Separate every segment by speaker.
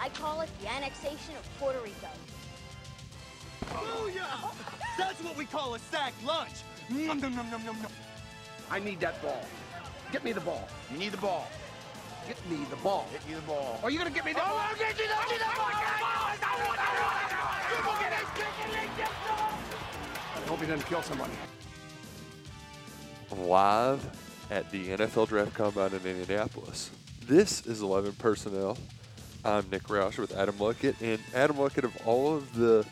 Speaker 1: I call it the annexation of Puerto Rico.
Speaker 2: Booyah! That's what we call a sack lunch. Nom nom nom nom nom nom.
Speaker 3: I need that ball. Get me the ball.
Speaker 4: You need the ball.
Speaker 3: Get me the ball.
Speaker 4: Get you the ball.
Speaker 3: Are you gonna get me the ball? I hope he doesn't kill somebody.
Speaker 5: live at the NFL Draft Combine in Indianapolis. This is 11 Personnel. I'm Nick Roush with Adam Luckett. And Adam Luckett, of all of the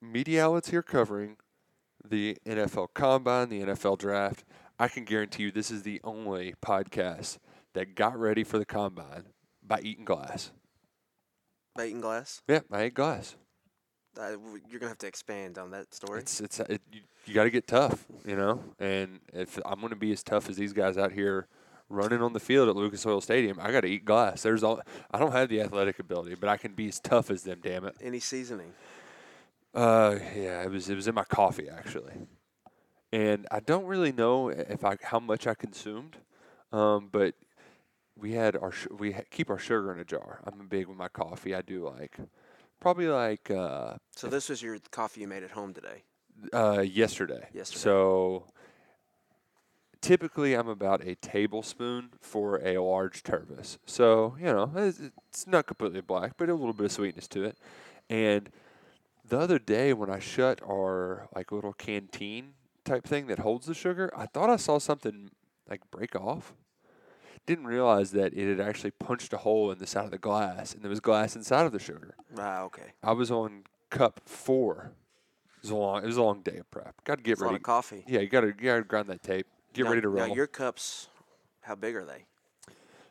Speaker 5: media outlets here covering the NFL Combine, the NFL Draft, I can guarantee you this is the only podcast that got ready for the Combine by eating glass.
Speaker 6: By eating glass.
Speaker 5: Yeah, I ate glass.
Speaker 6: Uh, w- you're gonna have to expand on that story.
Speaker 5: It's it's it, you, you got to get tough, you know. And if I'm going to be as tough as these guys out here running on the field at Lucas Oil Stadium, I got to eat glass. There's all I don't have the athletic ability, but I can be as tough as them. Damn it.
Speaker 6: Any seasoning?
Speaker 5: Uh, yeah, it was it was in my coffee actually, and I don't really know i- if I how much I consumed, um, but we had our su- we ha- keep our sugar in a jar. I'm big with my coffee. I do like probably like uh
Speaker 6: So this was your coffee you made at home today.
Speaker 5: Uh, yesterday.
Speaker 6: Yesterday.
Speaker 5: So typically, I'm about a tablespoon for a large turvis. So you know, it's, it's not completely black, but a little bit of sweetness to it. And the other day, when I shut our like little canteen type thing that holds the sugar, I thought I saw something like break off. Didn't realize that it had actually punched a hole in the side of the glass, and there was glass inside of the sugar.
Speaker 6: Ah, okay.
Speaker 5: I was on cup four. It was a long. It was a long day of prep. Got to get
Speaker 6: It's a
Speaker 5: ready.
Speaker 6: lot of coffee.
Speaker 5: Yeah, you got to you got to grind that tape. Get
Speaker 6: Now-
Speaker 5: ready to
Speaker 6: now
Speaker 5: roll.
Speaker 6: your cups, how big are they?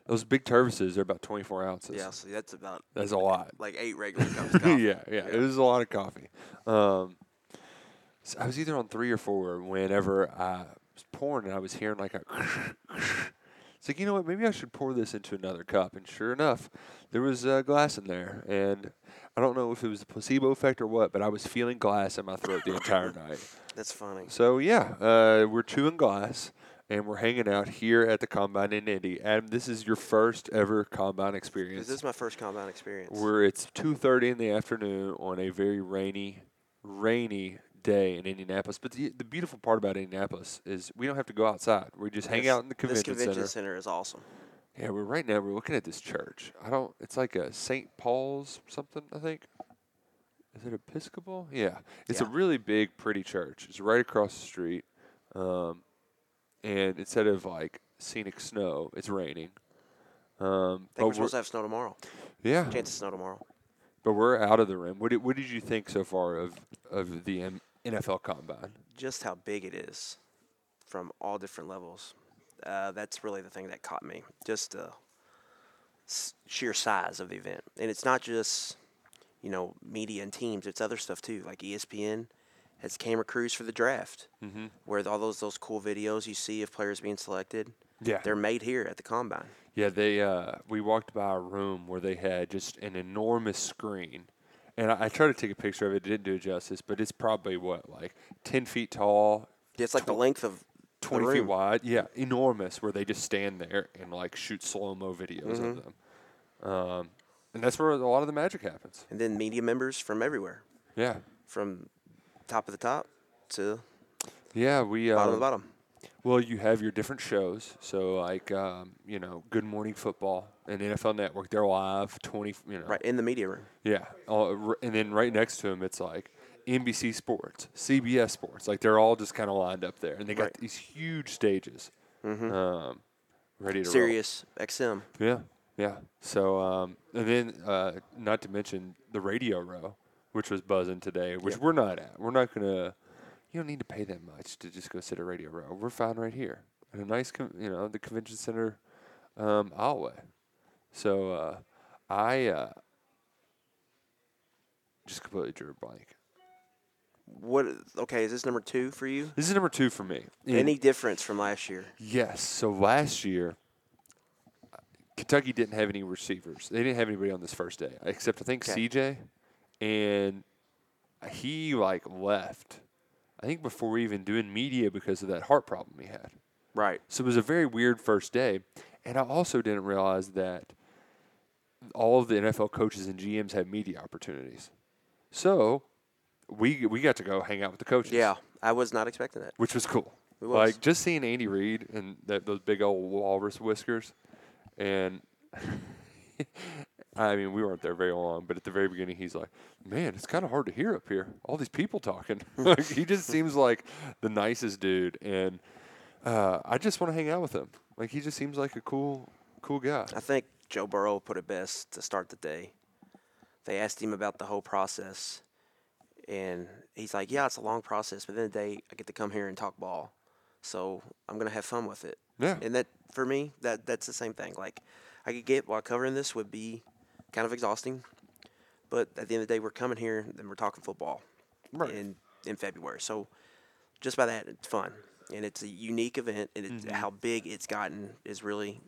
Speaker 5: Those big turvises are about twenty four ounces.
Speaker 6: Yeah, see, that's about
Speaker 5: that's a lot.
Speaker 6: like eight regular cups. of coffee.
Speaker 5: yeah, yeah, It was a lot of coffee. Um, so I was either on three or four whenever I was pouring, and I was hearing like a. it's like you know what? Maybe I should pour this into another cup. And sure enough, there was uh, glass in there, and I don't know if it was the placebo effect or what, but I was feeling glass in my throat the entire night.
Speaker 6: That's funny.
Speaker 5: So yeah, uh, we're chewing glass and we're hanging out here at the combine in Indy. Adam, this is your first ever combine experience.
Speaker 6: This is my first combine experience.
Speaker 5: Where it's two thirty in the afternoon on a very rainy, rainy day in Indianapolis. But the, the beautiful part about Indianapolis is we don't have to go outside. We just hang
Speaker 6: This-
Speaker 5: out in the convention,
Speaker 6: This convention
Speaker 5: center.
Speaker 6: center. is awesome.
Speaker 5: Yeah, we're right now we're looking at this church. I don't. It's like a St. Paul's something. I think. Is it Episcopal? Yeah, it's a
Speaker 6: Yeah.
Speaker 5: really big, pretty church. It's right across the street, um, and instead of like scenic snow, it's raining. Um,
Speaker 6: I
Speaker 5: but
Speaker 6: think we're
Speaker 5: we're,
Speaker 6: supposed to have snow tomorrow.
Speaker 5: yeah,
Speaker 6: Chance of snow tomorrow.
Speaker 5: but we're out of the rim. What did, what did you think so far of of the M- NFL Combine?
Speaker 6: Just how big it is, from all different levels. Uh, that's really the thing that caught me. Just the s- sheer size of the event, and it's not just you know media and teams. It's other stuff too. Like E ESPN has camera crews for the draft, mm-hmm. where all those those cool videos you see of players being selected.
Speaker 5: Yeah.
Speaker 6: they're made here at the combine.
Speaker 5: Yeah, they uh, we walked by a room where they had just an enormous screen, and I, I tried to take a picture of it. it. Didn't do it justice, but it's probably what like ten feet tall,
Speaker 6: It's like the length of the
Speaker 5: twenty feet
Speaker 6: room.
Speaker 5: wide. Yeah, enormous. Where they just stand there and like shoot slow mo videos
Speaker 6: Mm-hmm.
Speaker 5: of them, um, and that's where a lot of the magic happens.
Speaker 6: and then media members from everywhere,
Speaker 5: Yeah,
Speaker 6: from top of the top to
Speaker 5: yeah. We uh,
Speaker 6: bottom of the bottom.
Speaker 5: Well, you have your different shows. So like um, you know, Good Morning Football and NFL Network. They're live twenty. You know,
Speaker 6: Right in the media room.
Speaker 5: Yeah, all, r- and then right next to him, it's like NBC Sports, CBS Sports. Like they're all just kind of lined up there, and they got
Speaker 6: Right. Mm-hmm.
Speaker 5: these huge stages, um, ready to roll.
Speaker 6: Sirius XM.
Speaker 5: Yeah, yeah. So um, and then uh, not to mention the radio row, which was buzzing today, which we're not at. We're not gonna. You don't need to pay that much to just go sit at radio row. We're fine right here in a nice, con- you know, the convention center um, hallway. So uh, I. Uh, just completely drew a blank.
Speaker 6: What? Okay, is this number two for you?
Speaker 5: This is number two for me. And
Speaker 6: Any difference from last year?
Speaker 5: Yes. So last year, uh, Kentucky didn't have any receivers. They didn't have anybody on this first day, except I think
Speaker 6: Okay.
Speaker 5: CJ, and he like left. I think before even doing media because of that heart problem he had.
Speaker 6: Right.
Speaker 5: So it was a very weird first day, and I also didn't realize that all of the NFL coaches and GMs had media opportunities. So we we got to go hang out with the coaches
Speaker 6: Yeah, I was not expecting that.
Speaker 5: which was cool.
Speaker 6: It was.
Speaker 5: Like just seeing Andy Reid and that, those big old walrus whiskers, and I mean we weren't there very long, but at the very beginning he's like, "Man, it's kind of hard to hear up here. All these people talking." Like, he just seems like the nicest dude, and uh, I just want to hang out with him. Like he just seems like a cool, cool guy.
Speaker 6: I think Joe Burrow put it best to start the day. They asked him about the whole process, and he's like, "Yeah, it's a long process, but then the day I get to come here and talk ball, so I'm gonna have fun with it."
Speaker 5: Yeah.
Speaker 6: And that for me, that that's the same thing. Like, I could get while covering this would be kind of exhausting, but at the end of the day, we're coming here and we're talking football
Speaker 5: Right.
Speaker 6: in in February. So just by that, it's fun and it's a unique event, and it,
Speaker 5: Mm-hmm.
Speaker 6: how big it's gotten is really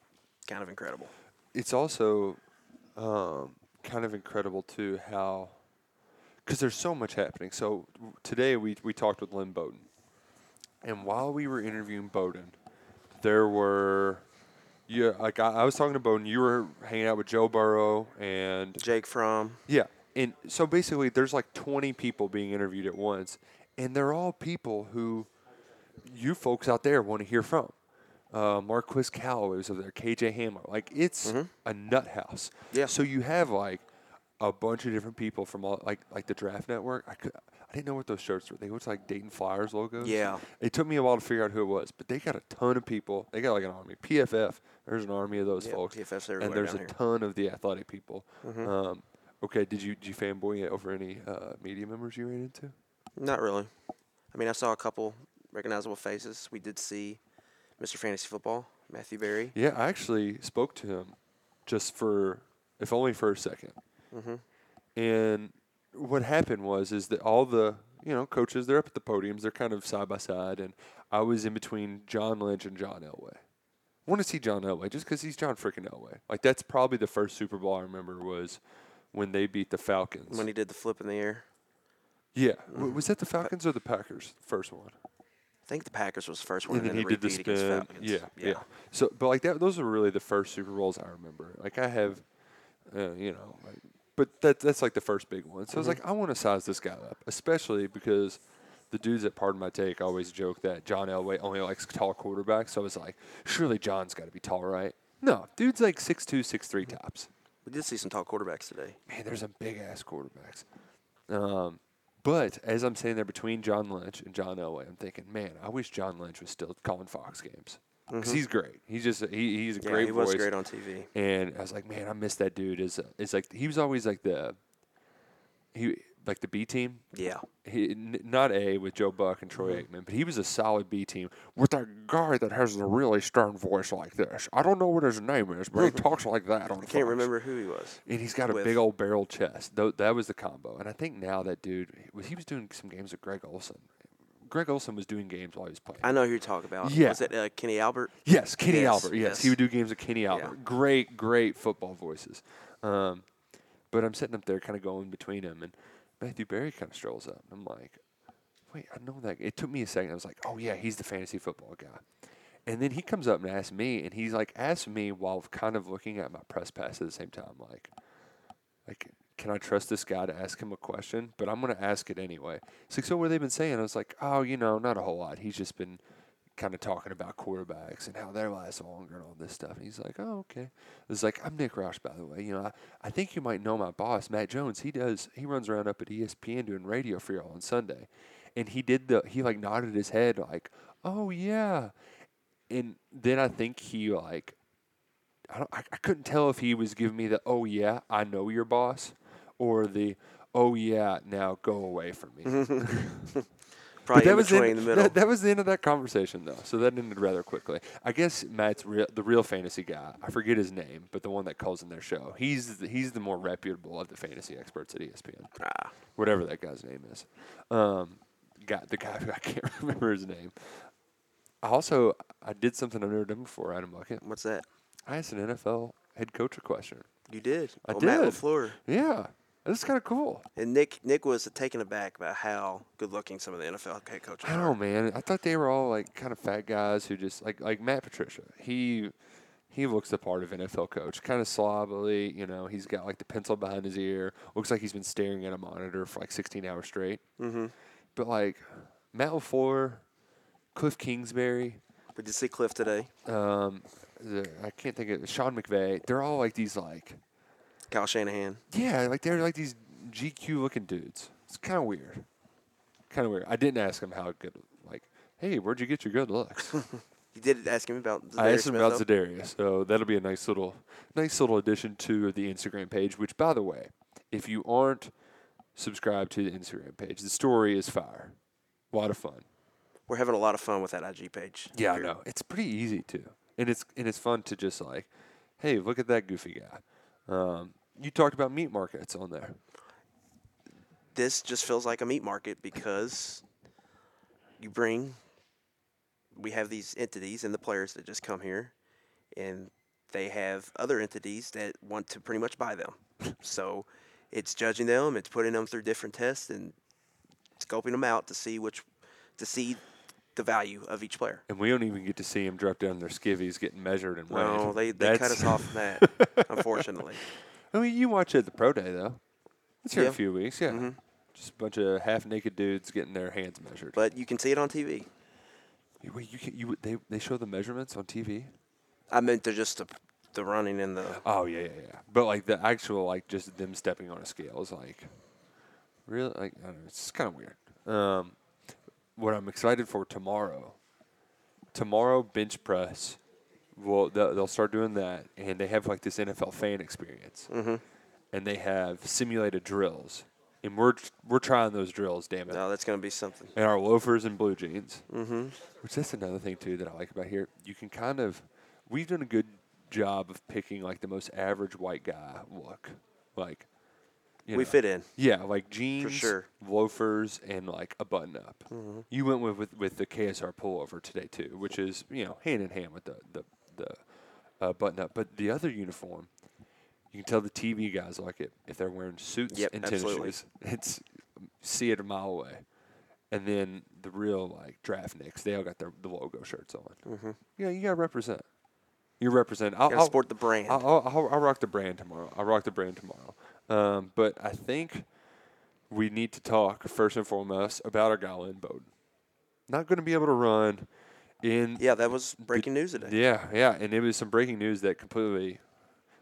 Speaker 6: kind of incredible.
Speaker 5: it's also um, kind of incredible too how because there's so much happening. So w- today we we talked with Lynn Bowden, and while we were interviewing Bowden, there were yeah like I, I was talking to Bowden. You were hanging out with Joe Burrow and
Speaker 6: Jake from
Speaker 5: yeah, and so basically there's like 20 people being interviewed at once, and they're all people who you folks out there want to hear from. Uh, Marquis Callaway was over there, KJ Hamler. Like it's a nut house.
Speaker 6: Mm-hmm. Yeah.
Speaker 5: So you have like a bunch of different people from all like like the Draft Network. I could. I didn't know what those shirts were. They looked like Dayton Flyers logos.
Speaker 6: Yeah.
Speaker 5: It took me a while to figure out who it was, but they got a ton of people. They got like an army. PFF. There's an army of those
Speaker 6: Yeah,
Speaker 5: folks.
Speaker 6: PFFs
Speaker 5: and
Speaker 6: everywhere
Speaker 5: there's
Speaker 6: down
Speaker 5: a
Speaker 6: here. Mm-hmm.
Speaker 5: ton of the athletic people. Um, okay, did you did you fanboy over any uh, media members you ran into?
Speaker 6: Not really. I mean, I saw a couple recognizable faces. We did see Mr. Fantasy Football, Matthew Berry.
Speaker 5: Yeah, I actually spoke to him just for, if only for a 2nd
Speaker 6: Mm-hmm.
Speaker 5: And what happened was, is that all the, you know, coaches, they're up at the podiums, they're kind of side by side. And I was in between John Lynch and John Elway. want to see John Elway just because he's John freaking Elway. Like, that's probably the first Super Bowl I remember was when they beat the Falcons.
Speaker 6: When he did the flip in the air,
Speaker 5: yeah. W Was that the Falcons or the Packers? First one.
Speaker 6: I think the Packers was the first one,
Speaker 5: and then he
Speaker 6: repeat
Speaker 5: did the
Speaker 6: against
Speaker 5: spin.
Speaker 6: Falcons.
Speaker 5: Yeah, yeah, So, but like that, those are really the first Super Bowls I remember. Like I have, uh, you know, like, but that that's like the first big one. So I was like, I want to size this guy up, especially because the dudes at Pardon My Take always joke that John Elway only likes tall quarterbacks. So I was like, surely John's got to be tall, right? No, dude's like six two, six three tops
Speaker 6: We did see some tall quarterbacks today.
Speaker 5: man, there's some big ass quarterbacks. Um, but as I'm sitting there between John Lynch and John Elway, I'm thinking, man, I wish John Lynch was still calling Fox games because he's great. He's just he, he's a
Speaker 6: Mm-hmm. Yeah,
Speaker 5: great
Speaker 6: he was
Speaker 5: voice.
Speaker 6: great on TV.
Speaker 5: And I was like, man, I miss that dude. Is it's like he was always like the he like the B team.
Speaker 6: Yeah. Mm-hmm.
Speaker 5: He, n- not A with Joe Buck and Troy Aikman, but he was a solid B team with a guy that has a really stern voice like this. I don't know what his name is, but he talks like that on
Speaker 6: I can't
Speaker 5: Fox
Speaker 6: remember who he was.
Speaker 5: and he's got a
Speaker 6: with-
Speaker 5: big old barrel chest. Tho- that was the combo. And I think now that dude he was he was doing some games with Greg Olson. Greg Olson was doing games while he was playing.
Speaker 6: I know who you're talking about.
Speaker 5: Yeah.
Speaker 6: Was it uh, Kenny Albert?
Speaker 5: Yes, Kenny
Speaker 6: Yes,
Speaker 5: Albert. Yes. he
Speaker 6: yes.
Speaker 5: would do games with Kenny Albert. Great, great football voices. Um, but I'm sitting up there, kind of going between them, and Matthew Berry kind of strolls up. I'm like, wait, I know that. It took me a second. I was like, oh yeah, he's the fantasy football guy. And then he comes up and asks me, and he's like, asks me while kind of looking at my press pass at the same time, like, like, can I trust this guy to ask him a question? But I'm gonna ask it anyway. He's like, so what have they been saying? I was like, oh, you know, not a whole lot. He's just been kind of talking about quarterbacks and how they last longer and all this stuff. And he's like, oh, okay. I was like, I'm Nick Roush, by the way. You know, I, I think you might know my boss, Matt Jones. He does, he runs around up at E ESPN doing radio for y'all on Sunday. And he did the, he like nodded his head like, oh, yeah. And then I think he like, I, don't, I, I couldn't tell if he was giving me the, oh, yeah, I know your boss or the, oh, yeah, now go away from me.
Speaker 6: Probably Mm-hmm. in
Speaker 5: was the
Speaker 6: between
Speaker 5: end-
Speaker 6: the middle.
Speaker 5: That, that was the end of that conversation, though. So that ended rather quickly. I guess Matt's real, the real fantasy guy. I forget his name, but the one that calls in their show. He's the, he's the more reputable of the fantasy experts at E ESPN.
Speaker 6: Ah.
Speaker 5: Whatever that guy's name is. Um, got the guy who I can't remember his name. I Also, I did something I've never done before, Adam Bucket.
Speaker 6: What's that?
Speaker 5: I asked an NFL head coach a question.
Speaker 6: You did.
Speaker 5: I
Speaker 6: Well,
Speaker 5: did.
Speaker 6: Matt LaFleur.
Speaker 5: Yeah. That's kind of cool.
Speaker 6: And Nick Nick was taken aback by how good looking some of the NFL head coaches
Speaker 5: I don't know, man. I thought they were all like kind of fat guys who just like like Matt Patricia. He he looks the part of NFL coach, kind of slobbily. You know, he's got like the pencil behind his ear. Looks like he's been staring at a monitor for like 16 hours straight. Mm-hmm. But like Matt Lafleur, Cliff Kingsbury,
Speaker 6: are. But did you see Cliff today?
Speaker 5: um, the, I can't think of Sean McVay. They're all like these like
Speaker 6: Kyle Shanahan.
Speaker 5: yeah, like they're like these GQ looking dudes. It's kind of weird. Kind of weird. I didn't ask him how good. Like, hey, where'd you get your good looks?
Speaker 6: You did ask him about.
Speaker 5: I
Speaker 6: Zadarius
Speaker 5: asked him
Speaker 6: Smith,
Speaker 5: about
Speaker 6: though.
Speaker 5: Zadarius, so that'll be a nice little, nice little addition to the Instagram page. Which, by the way, if you aren't subscribed to the Instagram page, the story is fire. A lot of fun.
Speaker 6: We're having a lot of fun with that IG page.
Speaker 5: Yeah, I know. It's pretty easy too, and it's and it's fun to just like, hey, look at that goofy guy. Um, you talked about meat markets on there.
Speaker 6: This just feels like a meat market because you bring. We have these entities and the players that just come here, and they have other entities that want to pretty much buy them. so, it's judging them. It's putting them through different tests and scoping them out to see which, to see the value of each player.
Speaker 5: and we don't even get to see him drop down their skivvies getting measured and weighed.
Speaker 6: No, they, they cut
Speaker 5: That's-
Speaker 6: us off from that, unfortunately.
Speaker 5: I mean, you watch it at the pro day though. It's here
Speaker 6: Yeah. Mm-hmm.
Speaker 5: a few weeks, yeah. Just a bunch of half naked dudes getting their hands measured.
Speaker 6: But you can see it on TV.
Speaker 5: You- wait, you, can, you they they show the measurements on TV.
Speaker 6: I meant they're just the, the running and the.
Speaker 5: Oh yeah, yeah, yeah. But like the actual like just them stepping on a scale is like really like I don't know, it's kind of weird. Um, what I'm excited for tomorrow. Tomorrow bench press. Well, they'll they'll start doing that, and they have like this NFL fan experience, mm-hmm. and they have simulated drills, and we're we're trying those drills. Damn it!
Speaker 6: No, that's going to be something.
Speaker 5: and our loafers and blue jeans. Mm-hmm. Which that's another thing too that I like about here. You can kind of, we've done a good job of picking like the most average white guy look, like. you
Speaker 6: We
Speaker 5: know.
Speaker 6: fit in.
Speaker 5: Yeah, like jeans,
Speaker 6: sure. Mm-hmm.
Speaker 5: loafers, and like a button up. You went with, with with the KSR pullover today too, which is you know hand in hand with the the, the uh, button up. But the other uniform, you can tell the TV guys like it if they're wearing suits
Speaker 6: Yep,
Speaker 5: and tennis
Speaker 6: absolutely.
Speaker 5: shoes. It's see it a mile away, and then the real like draft nicks, they all got their the logo shirts on. Mm-hmm. Yeah, you gotta represent. You represent. I'll,
Speaker 6: Gotta
Speaker 5: I'll-
Speaker 6: support the brand.
Speaker 5: I'll, I'll, I'll, I'll rock the brand tomorrow. I'll rock the brand tomorrow. Um, but I think we need to talk first and foremost about our guy Lynn Bowden. Not going to be able to run in.
Speaker 6: Yeah, that was breaking news today.
Speaker 5: Yeah, yeah, and it was some breaking news that completely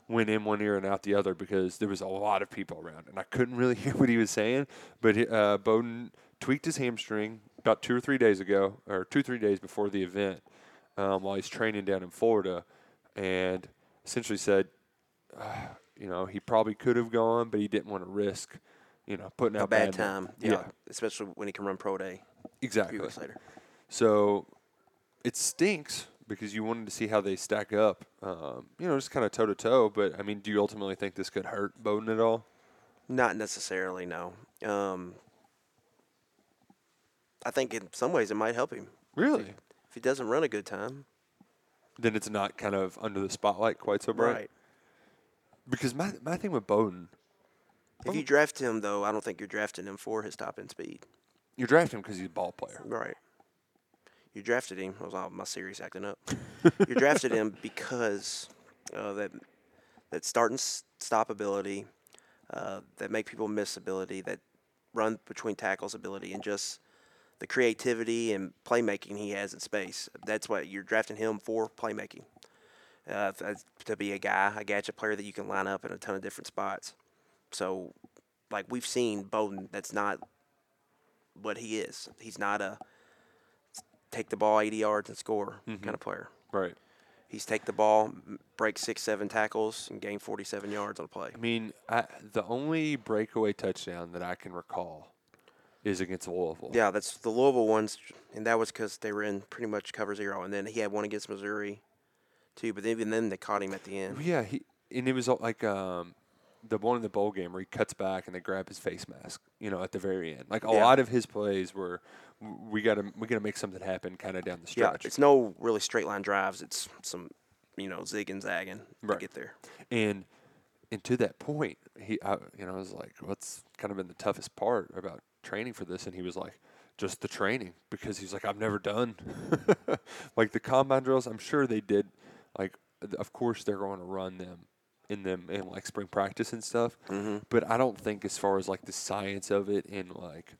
Speaker 5: went in one ear and out the other because there was a lot of people around, and I couldn't really hear what he was saying. But he- uh, Bowden tweaked his hamstring about two or three days ago, or two three days before the event, um, while he's training down in Florida, and essentially said, "Ah, you know, he probably could have gone, but he didn't want to risk, you know, putting
Speaker 6: A
Speaker 5: out
Speaker 6: bad
Speaker 5: bad
Speaker 6: time.
Speaker 5: numbers."
Speaker 6: Yeah. Especially when he can run pro day a
Speaker 5: exactly.
Speaker 6: few weeks later.
Speaker 5: So it stinks because you wanted to see how they stack up, um, you know, just kind of toe to toe. But I mean, do you ultimately think this could hurt Bowden at all?
Speaker 6: Not necessarily, no. Um, I think in some ways it might help him.
Speaker 5: Really?
Speaker 6: If he doesn't run a good time.
Speaker 5: Then it's not kind of under the spotlight quite so bright. Because my, my thing with Bowden,
Speaker 6: If you draft him, though, I don't think you're drafting him for his top end speed.
Speaker 5: you draft him because he's a ball player.
Speaker 6: Right. You drafted him. I was all my series acting up. you drafted him because of that that start and s- stop ability, uh, that make people miss ability, that run between tackles ability, and just the creativity and playmaking he has in space. That's what you're drafting him for playmaking. Uh, that's to be a guy, a gadget player that you can line up in a ton of different spots. So, like we've seen Bowden, that's not what he is. He's not a take the ball 80 yards and score kind of player.
Speaker 5: Right.
Speaker 6: He's take the ball, m- break six, seven tackles, and gain 47 yards on a play.
Speaker 5: I mean, I, the only breakaway touchdown that I can recall is against Louisville.
Speaker 6: Yeah, that's the Louisville ones, and that was because they were in pretty much cover zero, and then he had one against Missouri, too. But even then, they caught him at the end.
Speaker 5: Yeah, he and it was all like um, the one in the bowl game where he cuts back and they grab his face mask. You know, at the very end, like a
Speaker 6: Yeah.
Speaker 5: lot of his plays were, "W- we gotta we gotta make something happen, kind of down the
Speaker 6: Yeah,
Speaker 5: stretch.
Speaker 6: it's no really straight line drives. It's some, you know, zig and zagging
Speaker 5: Right.
Speaker 6: to get there.
Speaker 5: and and to that point, he I, you know I was like, what's kind of been the toughest part about training for this? And he was like, just the training because he's like, I've never done like the combine drills. I'm sure they did, like th- of course they're going to run them in them in like spring practice and stuff. But I don't think as far as like the science of it and like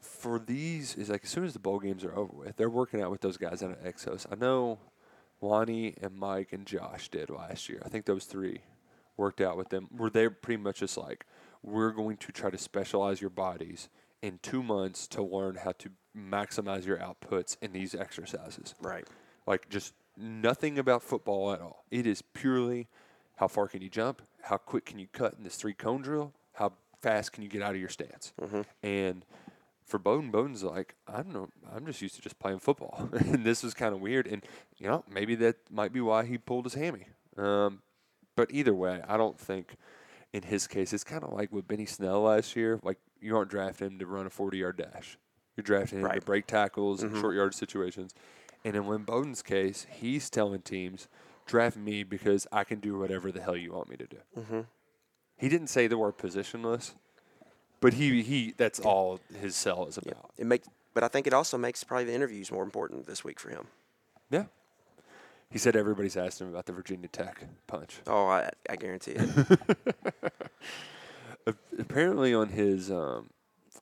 Speaker 5: for these is like as soon as the bowl games are over with, they're working out with those guys down at Exos. I know Lonnie and Mike and Josh did last year. I think those three worked out with them. Where they pretty much just like, we're going to try to specialize your bodies in two months to learn how to maximize your outputs in these exercises.
Speaker 6: Right.
Speaker 5: Like just nothing about football at all. It is purely how far can you jump, how quick can you cut in this three cone drill, how fast can you get out of your stance. And for Bowden, Bowden's like, I don't know, I'm just used to just playing football, and this was kind of weird. And you know, maybe that might be why he pulled his hammy. Um, but either way, I don't think in his case it's kind of like with Benny Snell last year. Like you aren't drafting him to run a 40 yard dash. You're drafting him to
Speaker 6: Right.
Speaker 5: break tackles in short yard situations. And in Lynn Bowden's case, he's telling teams, draft me because I can do whatever the hell you want me to do. He didn't say the word positionless, but he, he that's all his sell is about.
Speaker 6: It make, but I think it also makes probably the interviews more important this week for him.
Speaker 5: Yeah. He said everybody's asked him about the Virginia Tech punch.
Speaker 6: Oh, I, I guarantee it.
Speaker 5: apparently on his um,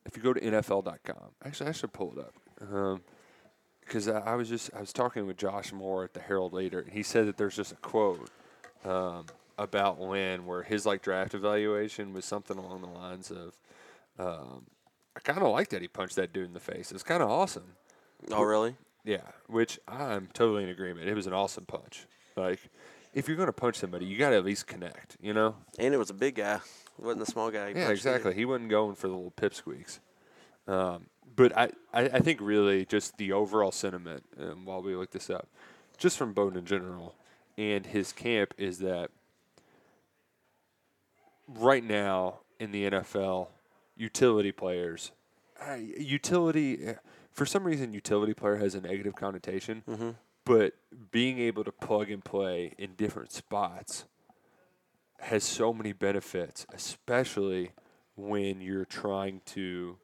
Speaker 5: if you go to nfl.com actually i should pull it up because I, I was just i was talking with josh moore at the herald later and he said that there's just a quote um, about lynn where his like draft evaluation was something along the lines of um, i kind of like that he punched that dude in the face it's kind of awesome
Speaker 6: oh, really?
Speaker 5: yeah, which I'm totally in agreement. It was an awesome punch. Like, if you're going to punch somebody, you got to at least connect, you know?
Speaker 6: And it was a big guy. It wasn't a small guy.
Speaker 5: Yeah, exactly. He wasn't going for the little pipsqueaks. Um, but I, I, I think really just the overall sentiment, um, while we look this up, just from Bowden in general and his camp is that right now in the NFL, utility players, uh, utility, eh, for some reason, utility player has a negative connotation, but being able to plug and play in different spots has so many benefits, especially when you're trying to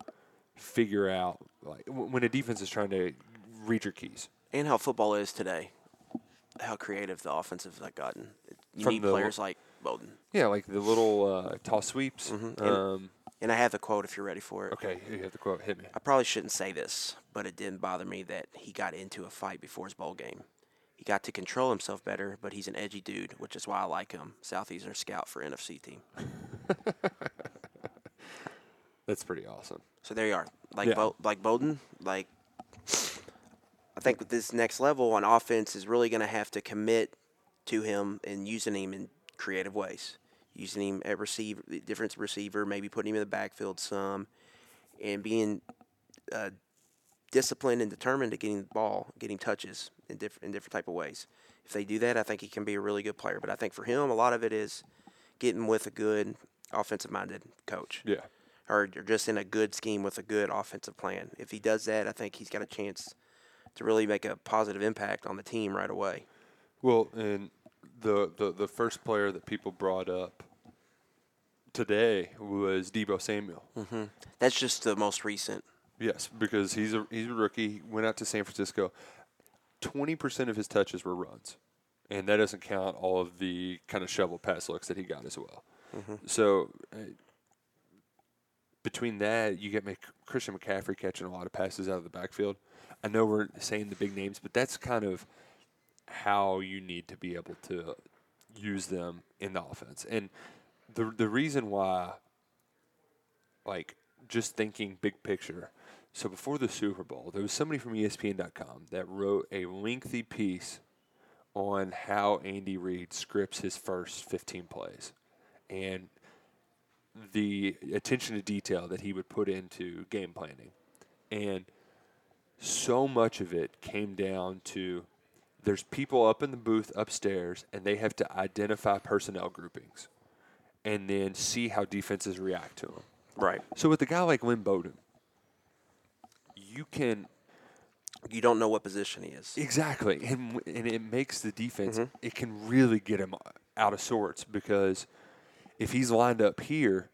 Speaker 5: figure out like w- when a defense is trying to read your keys
Speaker 6: And how football is today. How creative the offensive has gotten. You
Speaker 5: From
Speaker 6: need
Speaker 5: the-
Speaker 6: players like Bowden.
Speaker 5: yeah like the little uh, toss sweeps um,
Speaker 6: And I have the quote if you're ready for it.
Speaker 5: okay you have the quote hit me
Speaker 6: I probably shouldn't say this, but it didn't bother me that he got into a fight before his bowl game. He got to control himself better, but he's an edgy dude, which is why I like him. Southeastern scout for NFC team.
Speaker 5: that's pretty awesome
Speaker 6: So there you are. Like
Speaker 5: Yeah.
Speaker 6: Bo- like Bowden, like I think with this next level on offense is really going to have to commit to him and using him in creative ways. Using him at receiver, different receiver, maybe putting him in the backfield some, and being uh, disciplined and determined to getting the ball, getting touches in different in different type of ways. If they do that, I think he can be a really good player. But I think for him, a lot of it is getting with a good offensive-minded coach
Speaker 5: yeah
Speaker 6: or you're just in a good scheme with a good offensive plan. If he does that, I think he's got a chance to really make a positive impact on the team right away.
Speaker 5: well and the, the the first player that people brought up today was debo samuel
Speaker 6: That's just the most recent.
Speaker 5: Yes, because he's a he's a rookie. He went out to San Francisco. Twenty percent of his touches were runs, and that doesn't count all of the kind of shovel pass looks that he got as well. So uh, between that, you get Mc, Christian McCaffrey catching a lot of passes out of the backfield. I know we're saying the big names, but that's kind of how you need to be able to use them in the offense. And the the reason why like just thinking big picture. So before the Super Bowl, there was somebody from E ESPN.com that wrote a lengthy piece on how Andy Reid scripts his first 15 plays. And the attention to detail that he would put into game planning. And so much of it came down to there's people up in the booth upstairs and they have to identify personnel groupings and then see how defenses react to them.
Speaker 6: Right.
Speaker 5: So with a guy like Lynn Bowden, you can
Speaker 6: You don't know what position he is.
Speaker 5: Exactly, and w- and it makes the defense.
Speaker 6: Mm-hmm.
Speaker 5: It can really get him out of sorts because if he's lined up here,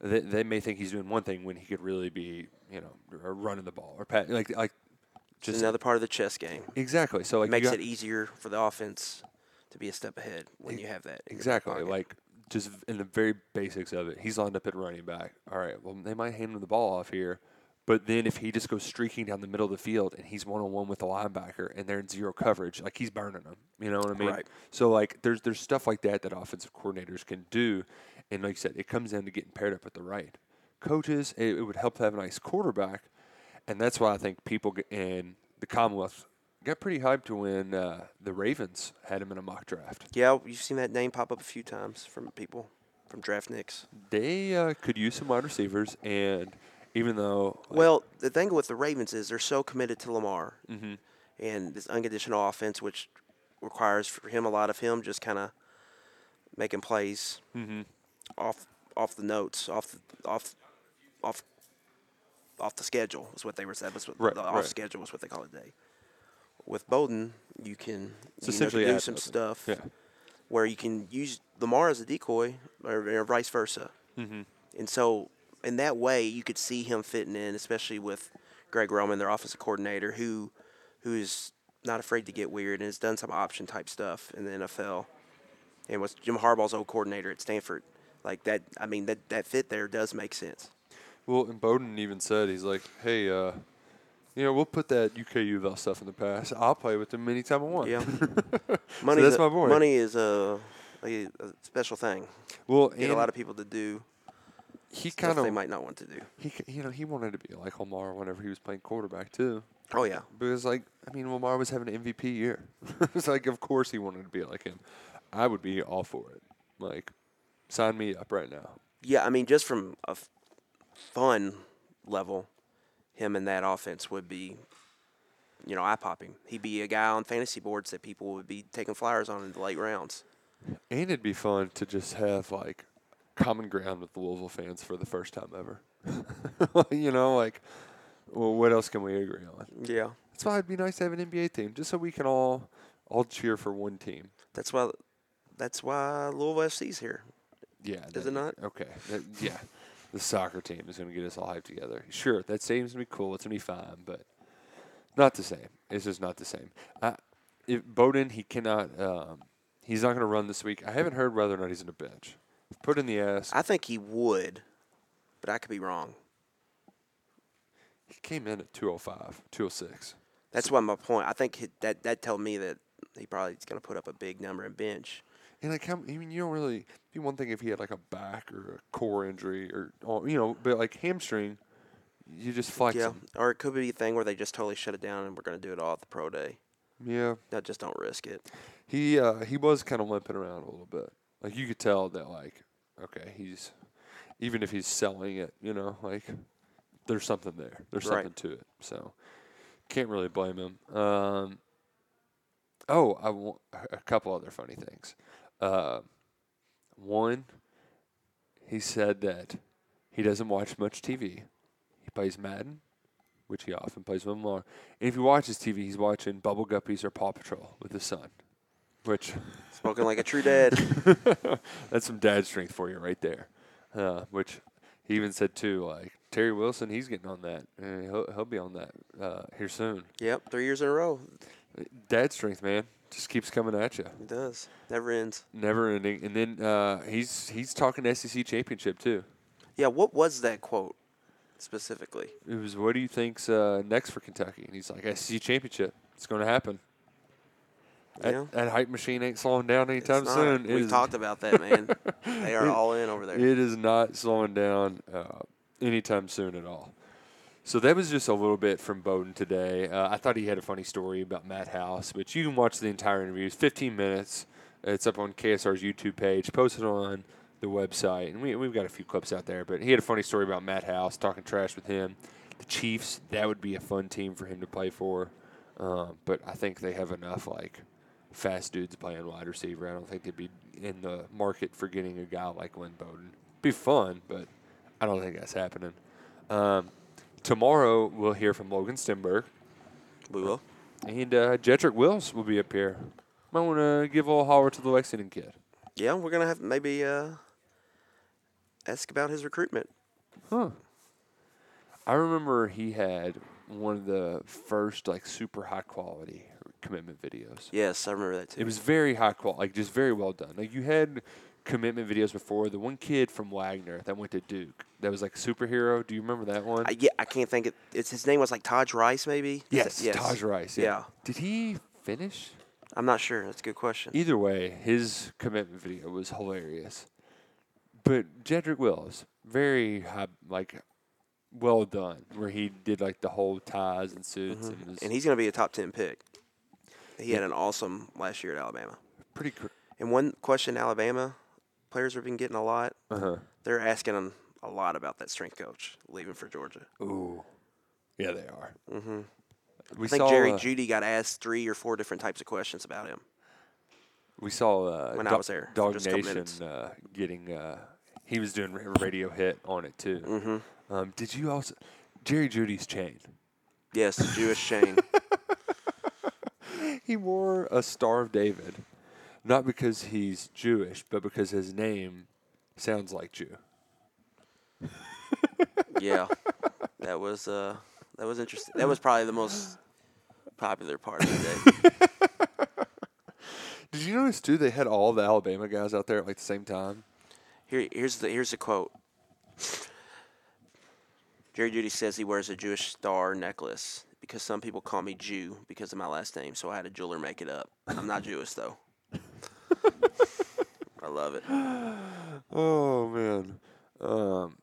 Speaker 5: they, they may think he's doing one thing when he could really be, you know, r- running the ball or pat, like like
Speaker 6: Just
Speaker 5: just
Speaker 6: another part of the chess game.
Speaker 5: exactly. So like you
Speaker 6: Makes
Speaker 5: got-
Speaker 6: it easier for the offense to be a step ahead when you have that. in your
Speaker 5: Exactly.
Speaker 6: pocket.
Speaker 5: Like just v- in the very basics of it, he's lined up at running back. All right. Well, they might hand him the ball off here, but then if he just goes streaking down the middle of the field and he's one on one with the linebacker and they're in zero coverage, like he's burning them. You know what I mean?
Speaker 6: Right.
Speaker 5: So like there's there's stuff like that that offensive coordinators can do, and like you said, it comes down to getting paired up with the right coaches. It, it would help to have a nice quarterback, and that's why I think people g- in the Commonwealth. Got pretty hyped when uh, the Ravens had him in a mock draft.
Speaker 6: yeah, you've seen that name pop up a few times from people from draft nicks.
Speaker 5: they uh, could use some wide receivers, and even though like,
Speaker 6: Well, the thing with the Ravens is they're so committed to Lamar
Speaker 5: Mm-hmm.
Speaker 6: and this unconditional offense, which requires for him a lot of him just kind of making plays
Speaker 5: Mm-hmm.
Speaker 6: off off the notes, off the, off off off the schedule is what they were said. That's what
Speaker 5: Right,
Speaker 6: the off
Speaker 5: right.
Speaker 6: schedule is what they call it today. With Bowden, you can
Speaker 5: it's
Speaker 6: you know,
Speaker 5: essentially
Speaker 6: do
Speaker 5: ad
Speaker 6: some
Speaker 5: libbing.
Speaker 6: stuff
Speaker 5: Yeah,
Speaker 6: where you can use Lamar as a decoy or, or vice versa. Mm-hmm. And so, in that way, you could see him fitting in, especially with Greg Roman, their offensive coordinator, who who is not afraid to get weird and has done some option type stuff in the NFL. And was Jim Harbaugh's old coordinator at Stanford. Like that, I mean, that, that fit there does make sense.
Speaker 5: well, and Bowden even said he's like, "Hey, uh, you know, we'll put that UK UVL stuff in the past. I'll play with them anytime I want."
Speaker 6: Yeah.
Speaker 5: money.
Speaker 6: Money's
Speaker 5: that's
Speaker 6: a-
Speaker 5: my boy.
Speaker 6: Money is a, a, a special thing.
Speaker 5: Well,
Speaker 6: Get
Speaker 5: and
Speaker 6: a lot of people to do
Speaker 5: he
Speaker 6: stuff
Speaker 5: kind of
Speaker 6: they might not want to do.
Speaker 5: he c- you know he wanted to be like Lamar whenever he was playing quarterback too.
Speaker 6: Oh yeah,
Speaker 5: Because like I mean, Lamar was having an MVP year. it's like of course he wanted to be like him. I would be all for it. Like, sign me up right now.
Speaker 6: Yeah, I mean, just from a f- fun level, him and that offense would be, you know, eye popping. He'd be a guy on fantasy boards that people would be taking flyers on in the late rounds.
Speaker 5: And it'd be fun to just have like common ground with the Louisville fans for the first time ever. you know, like, well, what else can we agree on?
Speaker 6: Yeah,
Speaker 5: That's why it'd be nice to have an NBA team, just so we can all all cheer for one team.
Speaker 6: that's why. That's why Louisville FC's here.
Speaker 5: Yeah,
Speaker 6: Is
Speaker 5: that-
Speaker 6: it not?
Speaker 5: Okay, that, yeah. The soccer team is going to get us all hyped together. Sure, that stadium's going to be cool. It's going to be fine, but not the same. It's just not the same. I, if Bowden, he cannot. Um, he's not going to run this week. I haven't heard whether or not he's going to bench. Put in the ass.
Speaker 6: I think he would, but I could be wrong.
Speaker 5: He came in at 205, 206.
Speaker 6: That's why my point. I think he, that that told me that he probably is going to put up a big number and bench.
Speaker 5: And like, how, I mean, you don't really. It'd be one thing if he had like a back or a core injury or, or you know, but like hamstring, you just flex
Speaker 6: Yeah,
Speaker 5: him.
Speaker 6: or it could be a thing where they just totally shut it down and we're going to do it all at the pro day.
Speaker 5: Yeah,
Speaker 6: No, just don't risk it.
Speaker 5: he uh, he was kind of limping around a little bit. Like you could tell that like, okay, he's even if he's selling it, you know, like there's something there. There's
Speaker 6: Right.
Speaker 5: something to it. So can't really blame him. Um, oh, I want a couple other funny things. Uh, one, he said that he doesn't watch much TV. He plays Madden, which he often plays with Lamar. And if he watches TV, he's watching Bubble Guppies or Paw Patrol with his son, which
Speaker 6: Spoken like a true dad.
Speaker 5: that's some dad strength for you right there. Uh, which he even said too, like Terry Wilson, he's getting on that, and he'll he'll be on that uh, here soon.
Speaker 6: Yep, three years in a row.
Speaker 5: Dad strength, man, just keeps coming at you,
Speaker 6: It does. Never ends.
Speaker 5: never ending. And then uh, he's he's talking SEC championship too.
Speaker 6: Yeah, what was that quote specifically?
Speaker 5: It was, what do you think's uh, next for Kentucky? And he's like, SEC championship, it's going to happen. That,
Speaker 6: Yeah.
Speaker 5: that hype machine ain't slowing down
Speaker 6: It's
Speaker 5: anytime
Speaker 6: not.
Speaker 5: soon. It
Speaker 6: We've
Speaker 5: is-
Speaker 6: talked about that, man. they are all in over there.
Speaker 5: It is not slowing down uh, anytime soon at all. So that was just a little bit from Bowden today. Uh, I thought he had a funny story about Matt House, but you can watch the entire interview. It's 15 minutes. It's up on KSR's YouTube page, posted on the website, and we, we've got a few clips out there. But he had a funny story about Matt House talking trash with him. The Chiefs, that would be a fun team for him to play for. Um, but I think they have enough like fast dudes playing wide receiver. I don't think they'd be in the market for getting a guy like Lynn Bowden. Be fun, but I don't think that's happening. Um, tomorrow we'll hear from Logan Stenberg.
Speaker 6: We will.
Speaker 5: And uh, Jedrick Wills will be up here. Might want to give a holler to the Lexington kid.
Speaker 6: Yeah, we're gonna have maybe uh, ask about his recruitment.
Speaker 5: Huh. I remember he had one of the first like super high quality commitment videos.
Speaker 6: Yes, I remember that too.
Speaker 5: It was very high quality, like just very well done. Like you had commitment videos before. The one kid from Wagner that went to Duke that was like superhero. Do you remember that one?
Speaker 6: I, yeah, I can't think of it's his name was like Taj Rice maybe. Is
Speaker 5: yes,
Speaker 6: it- yes,
Speaker 5: Taj Rice. Yeah.
Speaker 6: Yeah.
Speaker 5: Did he finish?
Speaker 6: I'm not sure. That's a good question.
Speaker 5: Either way, his commitment video was hilarious. But Jedrick Wills, very high, like well done, where he did like the whole ties and suits and, was
Speaker 6: Mm-hmm. And he's gonna be a top ten pick. He had an awesome last year at Alabama.
Speaker 5: pretty. Cr-
Speaker 6: And one question Alabama players have been getting a lot.
Speaker 5: uh huh.
Speaker 6: They're asking him a lot about that strength coach leaving for Georgia.
Speaker 5: Ooh. Yeah, they are. Mm-hmm. We
Speaker 6: I think
Speaker 5: saw
Speaker 6: Jerry
Speaker 5: uh,
Speaker 6: Judy got asked three or four different types of questions about him.
Speaker 5: we saw uh,
Speaker 6: when I
Speaker 5: Dog-
Speaker 6: was there for
Speaker 5: Dog
Speaker 6: just a couple minutes.
Speaker 5: Nation uh, getting. Uh, he was doing a radio hit on it too. Mm-hmm. Um, did you also Jerry Judy's chain?
Speaker 6: Yes, the Jewish chain.
Speaker 5: He wore a Star of David, not because he's Jewish, but because his name sounds like Jew.
Speaker 6: Yeah, that was uh, that was interesting. That was probably the most popular part of the day.
Speaker 5: Did you notice too? They had all the Alabama guys out there at like the same time.
Speaker 6: Here, here's the here's the quote. Jerry Judy says he wears a Jewish star necklace because some people call me Jew because of my last name, so I had a jeweler make it up. I'm not Jewish though. I love it.
Speaker 5: Oh man. Um,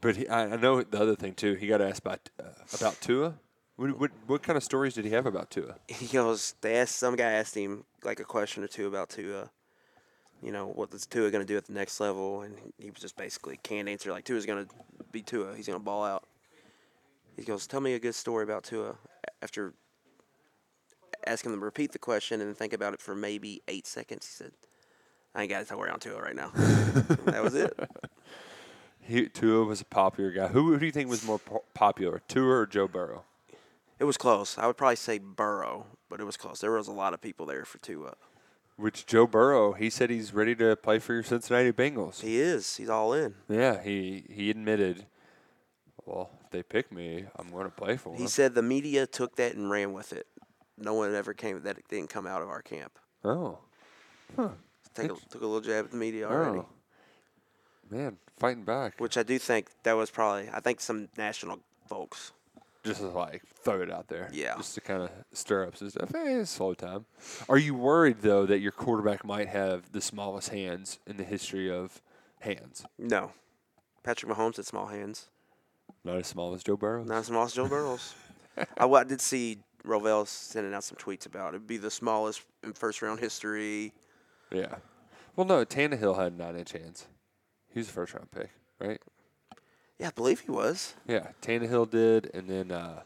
Speaker 5: but he, I, I know the other thing too. He got asked about uh, about Tua. What, what what kind of stories did he have about Tua?
Speaker 6: he goes, they asked some guy asked him like a question or two about Tua, you know, what is Tua gonna do at the next level, and he was just basically can't answer like Tua's gonna be Tua, he's gonna ball out. He goes, tell me a good story about Tua after asking them to repeat the question and think about it for maybe eight seconds. He said, I ain't got to worry on Tua right now. that was it.
Speaker 5: He, Tua was a popular guy. Who, who do you think was more po- popular, Tua or Joe Burrow?
Speaker 6: It was close. I would probably say Burrow, but it was close. There was a lot of people there for Tua.
Speaker 5: Which Joe Burrow, he said he's ready to play for your Cincinnati Bengals.
Speaker 6: He is. He's all in.
Speaker 5: Yeah, he he admitted, well, if they pick me, I'm going to play for
Speaker 6: He
Speaker 5: them.
Speaker 6: said the media took that and ran with it. No one ever came. That didn't come out of our camp.
Speaker 5: oh,
Speaker 6: Take a, took a little jab at the media already,
Speaker 5: oh, man, fighting back.
Speaker 6: which I do think that was probably. I think some national folks.
Speaker 5: just to like throw it out there.
Speaker 6: Yeah.
Speaker 5: Just to kind of stir up some stuff. Hey, it's slow time. Are you worried though that your quarterback might have the smallest hands in the history of hands?
Speaker 6: No, Patrick Mahomes had small hands.
Speaker 5: Not as small as Joe Burrow.
Speaker 6: Not as small as Joe Burrow's. I, well, I did see Rovell sending out some tweets about it. would be the smallest in first round history.
Speaker 5: Yeah. Well, no, Tannehill had nine inch hands. He was a first round pick, right?
Speaker 6: Yeah, I believe he was.
Speaker 5: Yeah, Tannehill did, and then uh,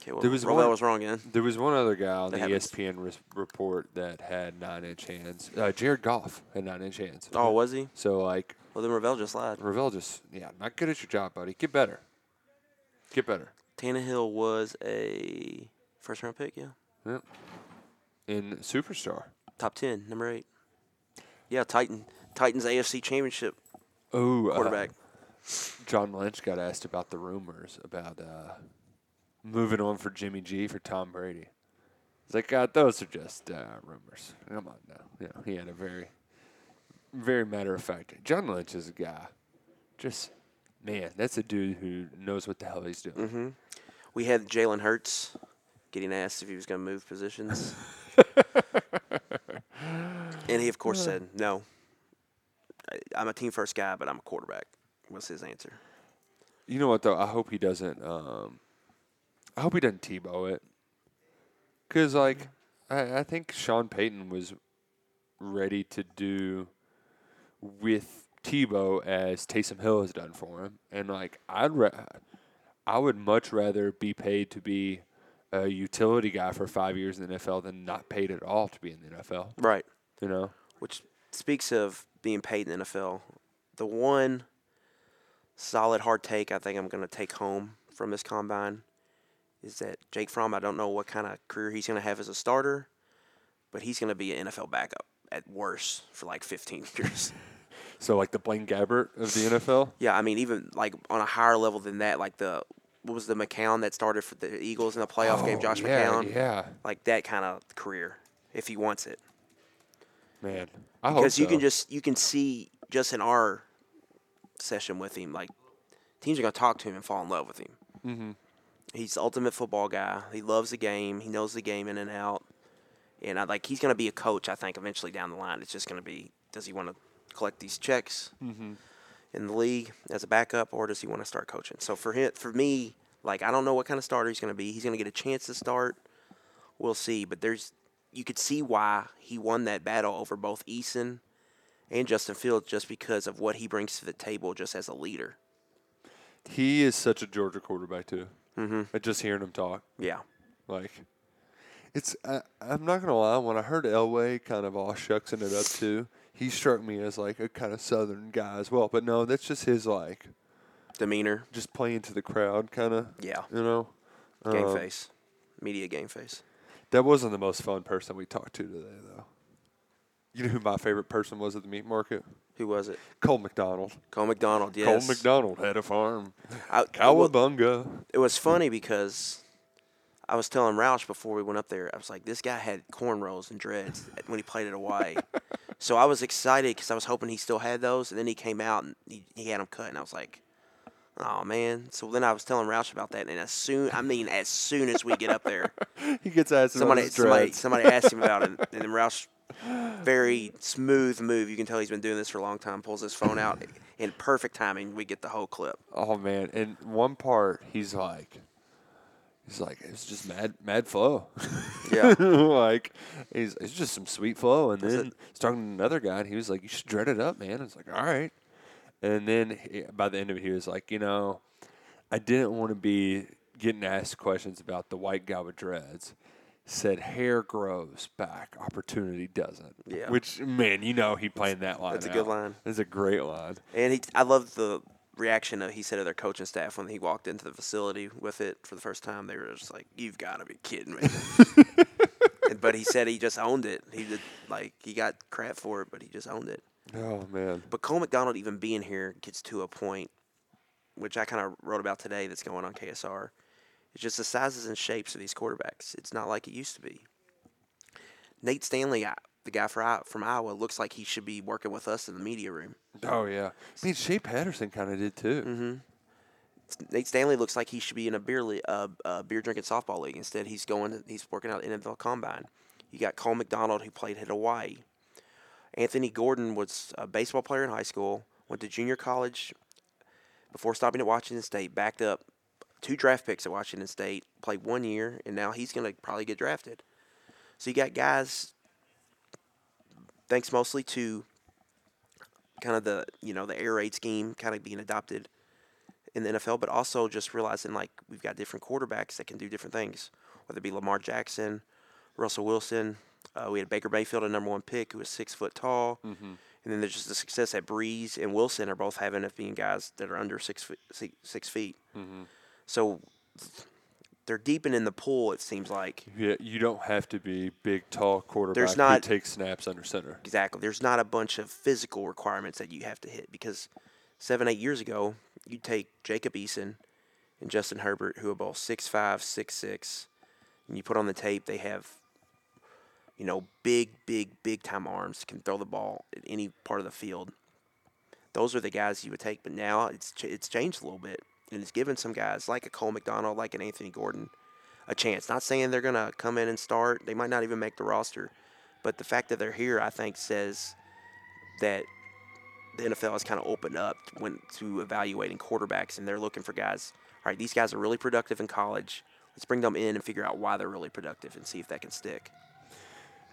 Speaker 6: Okay, well,
Speaker 5: There was
Speaker 6: Rovell
Speaker 5: one-
Speaker 6: was wrong in.
Speaker 5: there was one other guy on
Speaker 6: That
Speaker 5: the E
Speaker 6: happens.
Speaker 5: ESPN res- report that had nine inch hands. Uh, Jared Goff had nine inch hands.
Speaker 6: Oh, was he?
Speaker 5: So like
Speaker 6: Well, then Rovell just lied.
Speaker 5: Ravel just yeah, not good at your job, buddy. Get better. Get better.
Speaker 6: Tannehill was a first round pick. Yeah.
Speaker 5: Yep. In Superstar.
Speaker 6: Top ten, number eight. Yeah, Titan. Titans AFC Championship
Speaker 5: Oh,
Speaker 6: quarterback.
Speaker 5: John Lynch got asked about the rumors about uh, moving on for Jimmy G for Tom Brady. He's like, God, those are just uh, rumors. Come on now. You know, he had a very, very matter of fact. John Lynch is a guy. Just, man, that's a dude who knows what the hell he's doing.
Speaker 6: we had Jalen Hurts getting asked if he was going to move positions, and he of course said no. I- I'm a team first guy, but I'm a quarterback. Was his answer?
Speaker 5: You know what though? I hope he doesn't. Um, I hope he doesn't Tebow it. Cause like, I, I think Sean Payton was ready to do with Tebow as Taysom Hill has done for him. And like I'd ra- I would much rather be paid to be a utility guy for five years in the NFL than not paid at all to be in the NFL.
Speaker 6: Right.
Speaker 5: You know?
Speaker 6: Which speaks of being paid in the NFL. The one solid hard take I think I'm going to take home from this combine is that Jake Fromm, I don't know what kind of career he's going to have as a starter, but he's going to be an NFL backup at worst for like 15 years.
Speaker 5: So like the Blaine Gabbert of the NFL.
Speaker 6: yeah, I mean, even like on a higher level than that, like the, what was the McCown that started for the Eagles in the playoff game,
Speaker 5: Oh,
Speaker 6: Josh
Speaker 5: yeah,
Speaker 6: McCown?
Speaker 5: Yeah,
Speaker 6: Like that kind of career, if he wants it.
Speaker 5: man. I hope
Speaker 6: because you can
Speaker 5: so.
Speaker 6: just you can see just in our session with him like teams are going to talk to him and fall in love with him mm-hmm. he's the ultimate football guy he loves the game he knows the game in and out and I, like he's going to be a coach i think eventually down the line it's just going to be does he want to collect these checks
Speaker 5: Mm-hmm.
Speaker 6: in the league as a backup or does he want to start coaching so for him for me like i don't know what kind of starter he's going to be he's going to get a chance to start we'll see. But there's you could see why he won that battle over both Eason and Justin Fields just because of what he brings to the table just as a leader.
Speaker 5: he is such a Georgia quarterback too. Mm-hmm. But just hearing him talk,
Speaker 6: Yeah.
Speaker 5: like it's I, I'm not gonna lie. When I heard Elway kind of all shucksing it up too, he struck me as like a kind of Southern guy as well. But no, that's just his like
Speaker 6: Demeanor,
Speaker 5: just playing to the crowd kind of.
Speaker 6: Yeah.
Speaker 5: You know.
Speaker 6: game
Speaker 5: Um,
Speaker 6: face, media game face.
Speaker 5: That wasn't the most fun person we talked to today though. You know who my favorite person was at the meat market?
Speaker 6: Who was it?
Speaker 5: Cole McDonald.
Speaker 6: Cole McDonald. Yes.
Speaker 5: Cole McDonald had a farm.
Speaker 6: I- it wa-
Speaker 5: Cowabunga.
Speaker 6: it was funny because I was telling Roush before we went up there, I was like, this guy had cornrows and dreads when he played at Hawaii. so I was excited because I was hoping he still had those. And then he came out and he, he had them cut. And I was like, oh, man. So then I was telling Roush about that. And as soon, I mean, as soon as we get up there,
Speaker 5: He gets asked
Speaker 6: somebody,
Speaker 5: about his
Speaker 6: somebody,
Speaker 5: dreads.
Speaker 6: somebody asked him about it. And then Roush, very smooth move. You can tell he's been doing this for a long time, pulls his phone out in perfect timing. We get the whole clip.
Speaker 5: Oh man! And one part, he's like, he's like, it's just mad, mad flow.
Speaker 6: Yeah.
Speaker 5: like, he's it's just some sweet flow. And
Speaker 6: Was
Speaker 5: then
Speaker 6: it-
Speaker 5: he's talking to another guy, and he was like, you should dread it up, man. I was like, all right. And then he, by the end of it, he was like, you know, I didn't want to be getting asked questions about the white guy with dreads. Said hair grows back, opportunity doesn't.
Speaker 6: Yeah.
Speaker 5: Which man, you know he playing that line.
Speaker 6: that's a good
Speaker 5: out.
Speaker 6: line.
Speaker 5: That's a great line.
Speaker 6: And he, I love the reaction that he said to their coaching staff when he walked into the facility with it for the first time. They were just like, "You've got to be kidding me!" And- but he said he just owned it. He did like he got crap for it, but he just owned it.
Speaker 5: Oh man.
Speaker 6: But Cole McDonald even being here gets to a point, which I kind of wrote about today. That's going on KSR. It's just the sizes and shapes of these quarterbacks. It's not like it used to be. Nate Stanley, I- the guy for, I- from Iowa, looks like he should be working with us in the media room.
Speaker 5: Oh yeah, I mean Shea Patterson kind of did too.
Speaker 6: Nate Stanley looks like he should be in a beer le- uh, uh, beer drinking softball league. Instead, he's going. He's working out NFL Combine. You got Cole McDonald who played at Hawaii. Anthony Gordon was a baseball player in high school. Went to junior college before stopping at Washington State. Backed up two draft picks at Washington State. Played one year, and now he's going to probably get drafted. So you got guys. Thanks mostly to kind of the you know the air raid scheme kind of being adopted in the NFL, but also just realizing like we've got different quarterbacks that can do different things, whether it be Lamar Jackson, Russell Wilson. Uh, we had Baker Mayfield, a number one pick, who was six foot tall. And then there's just the success that Breeze and Wilson are both having of being guys that are under six feet. Six, six feet. So they're deepening the pool, it seems like.
Speaker 5: Yeah, you don't have to be big, tall quarterback
Speaker 6: not-
Speaker 5: who takes snaps under center.
Speaker 6: Exactly. There's not a bunch of physical requirements that you have to hit because seven, eight years ago, you take Jacob Eason and Justin Herbert, who are both six five, six six, and you put on the tape, they have, you know, big, big, big time arms, can throw the ball at any part of the field. Those are the guys you would take, but now it's ch- it's changed a little bit, and it's given some guys like a Cole McDonald, like an Anthony Gordon, a chance. Not saying they're gonna come in and start; they might not even make the roster, but the fact that they're here, I think, says that the NFL has kind of opened up when to evaluating quarterbacks, and they're looking for guys. All right, these guys are really productive in college. Let's bring them in and figure out why they're really productive and see if that can stick.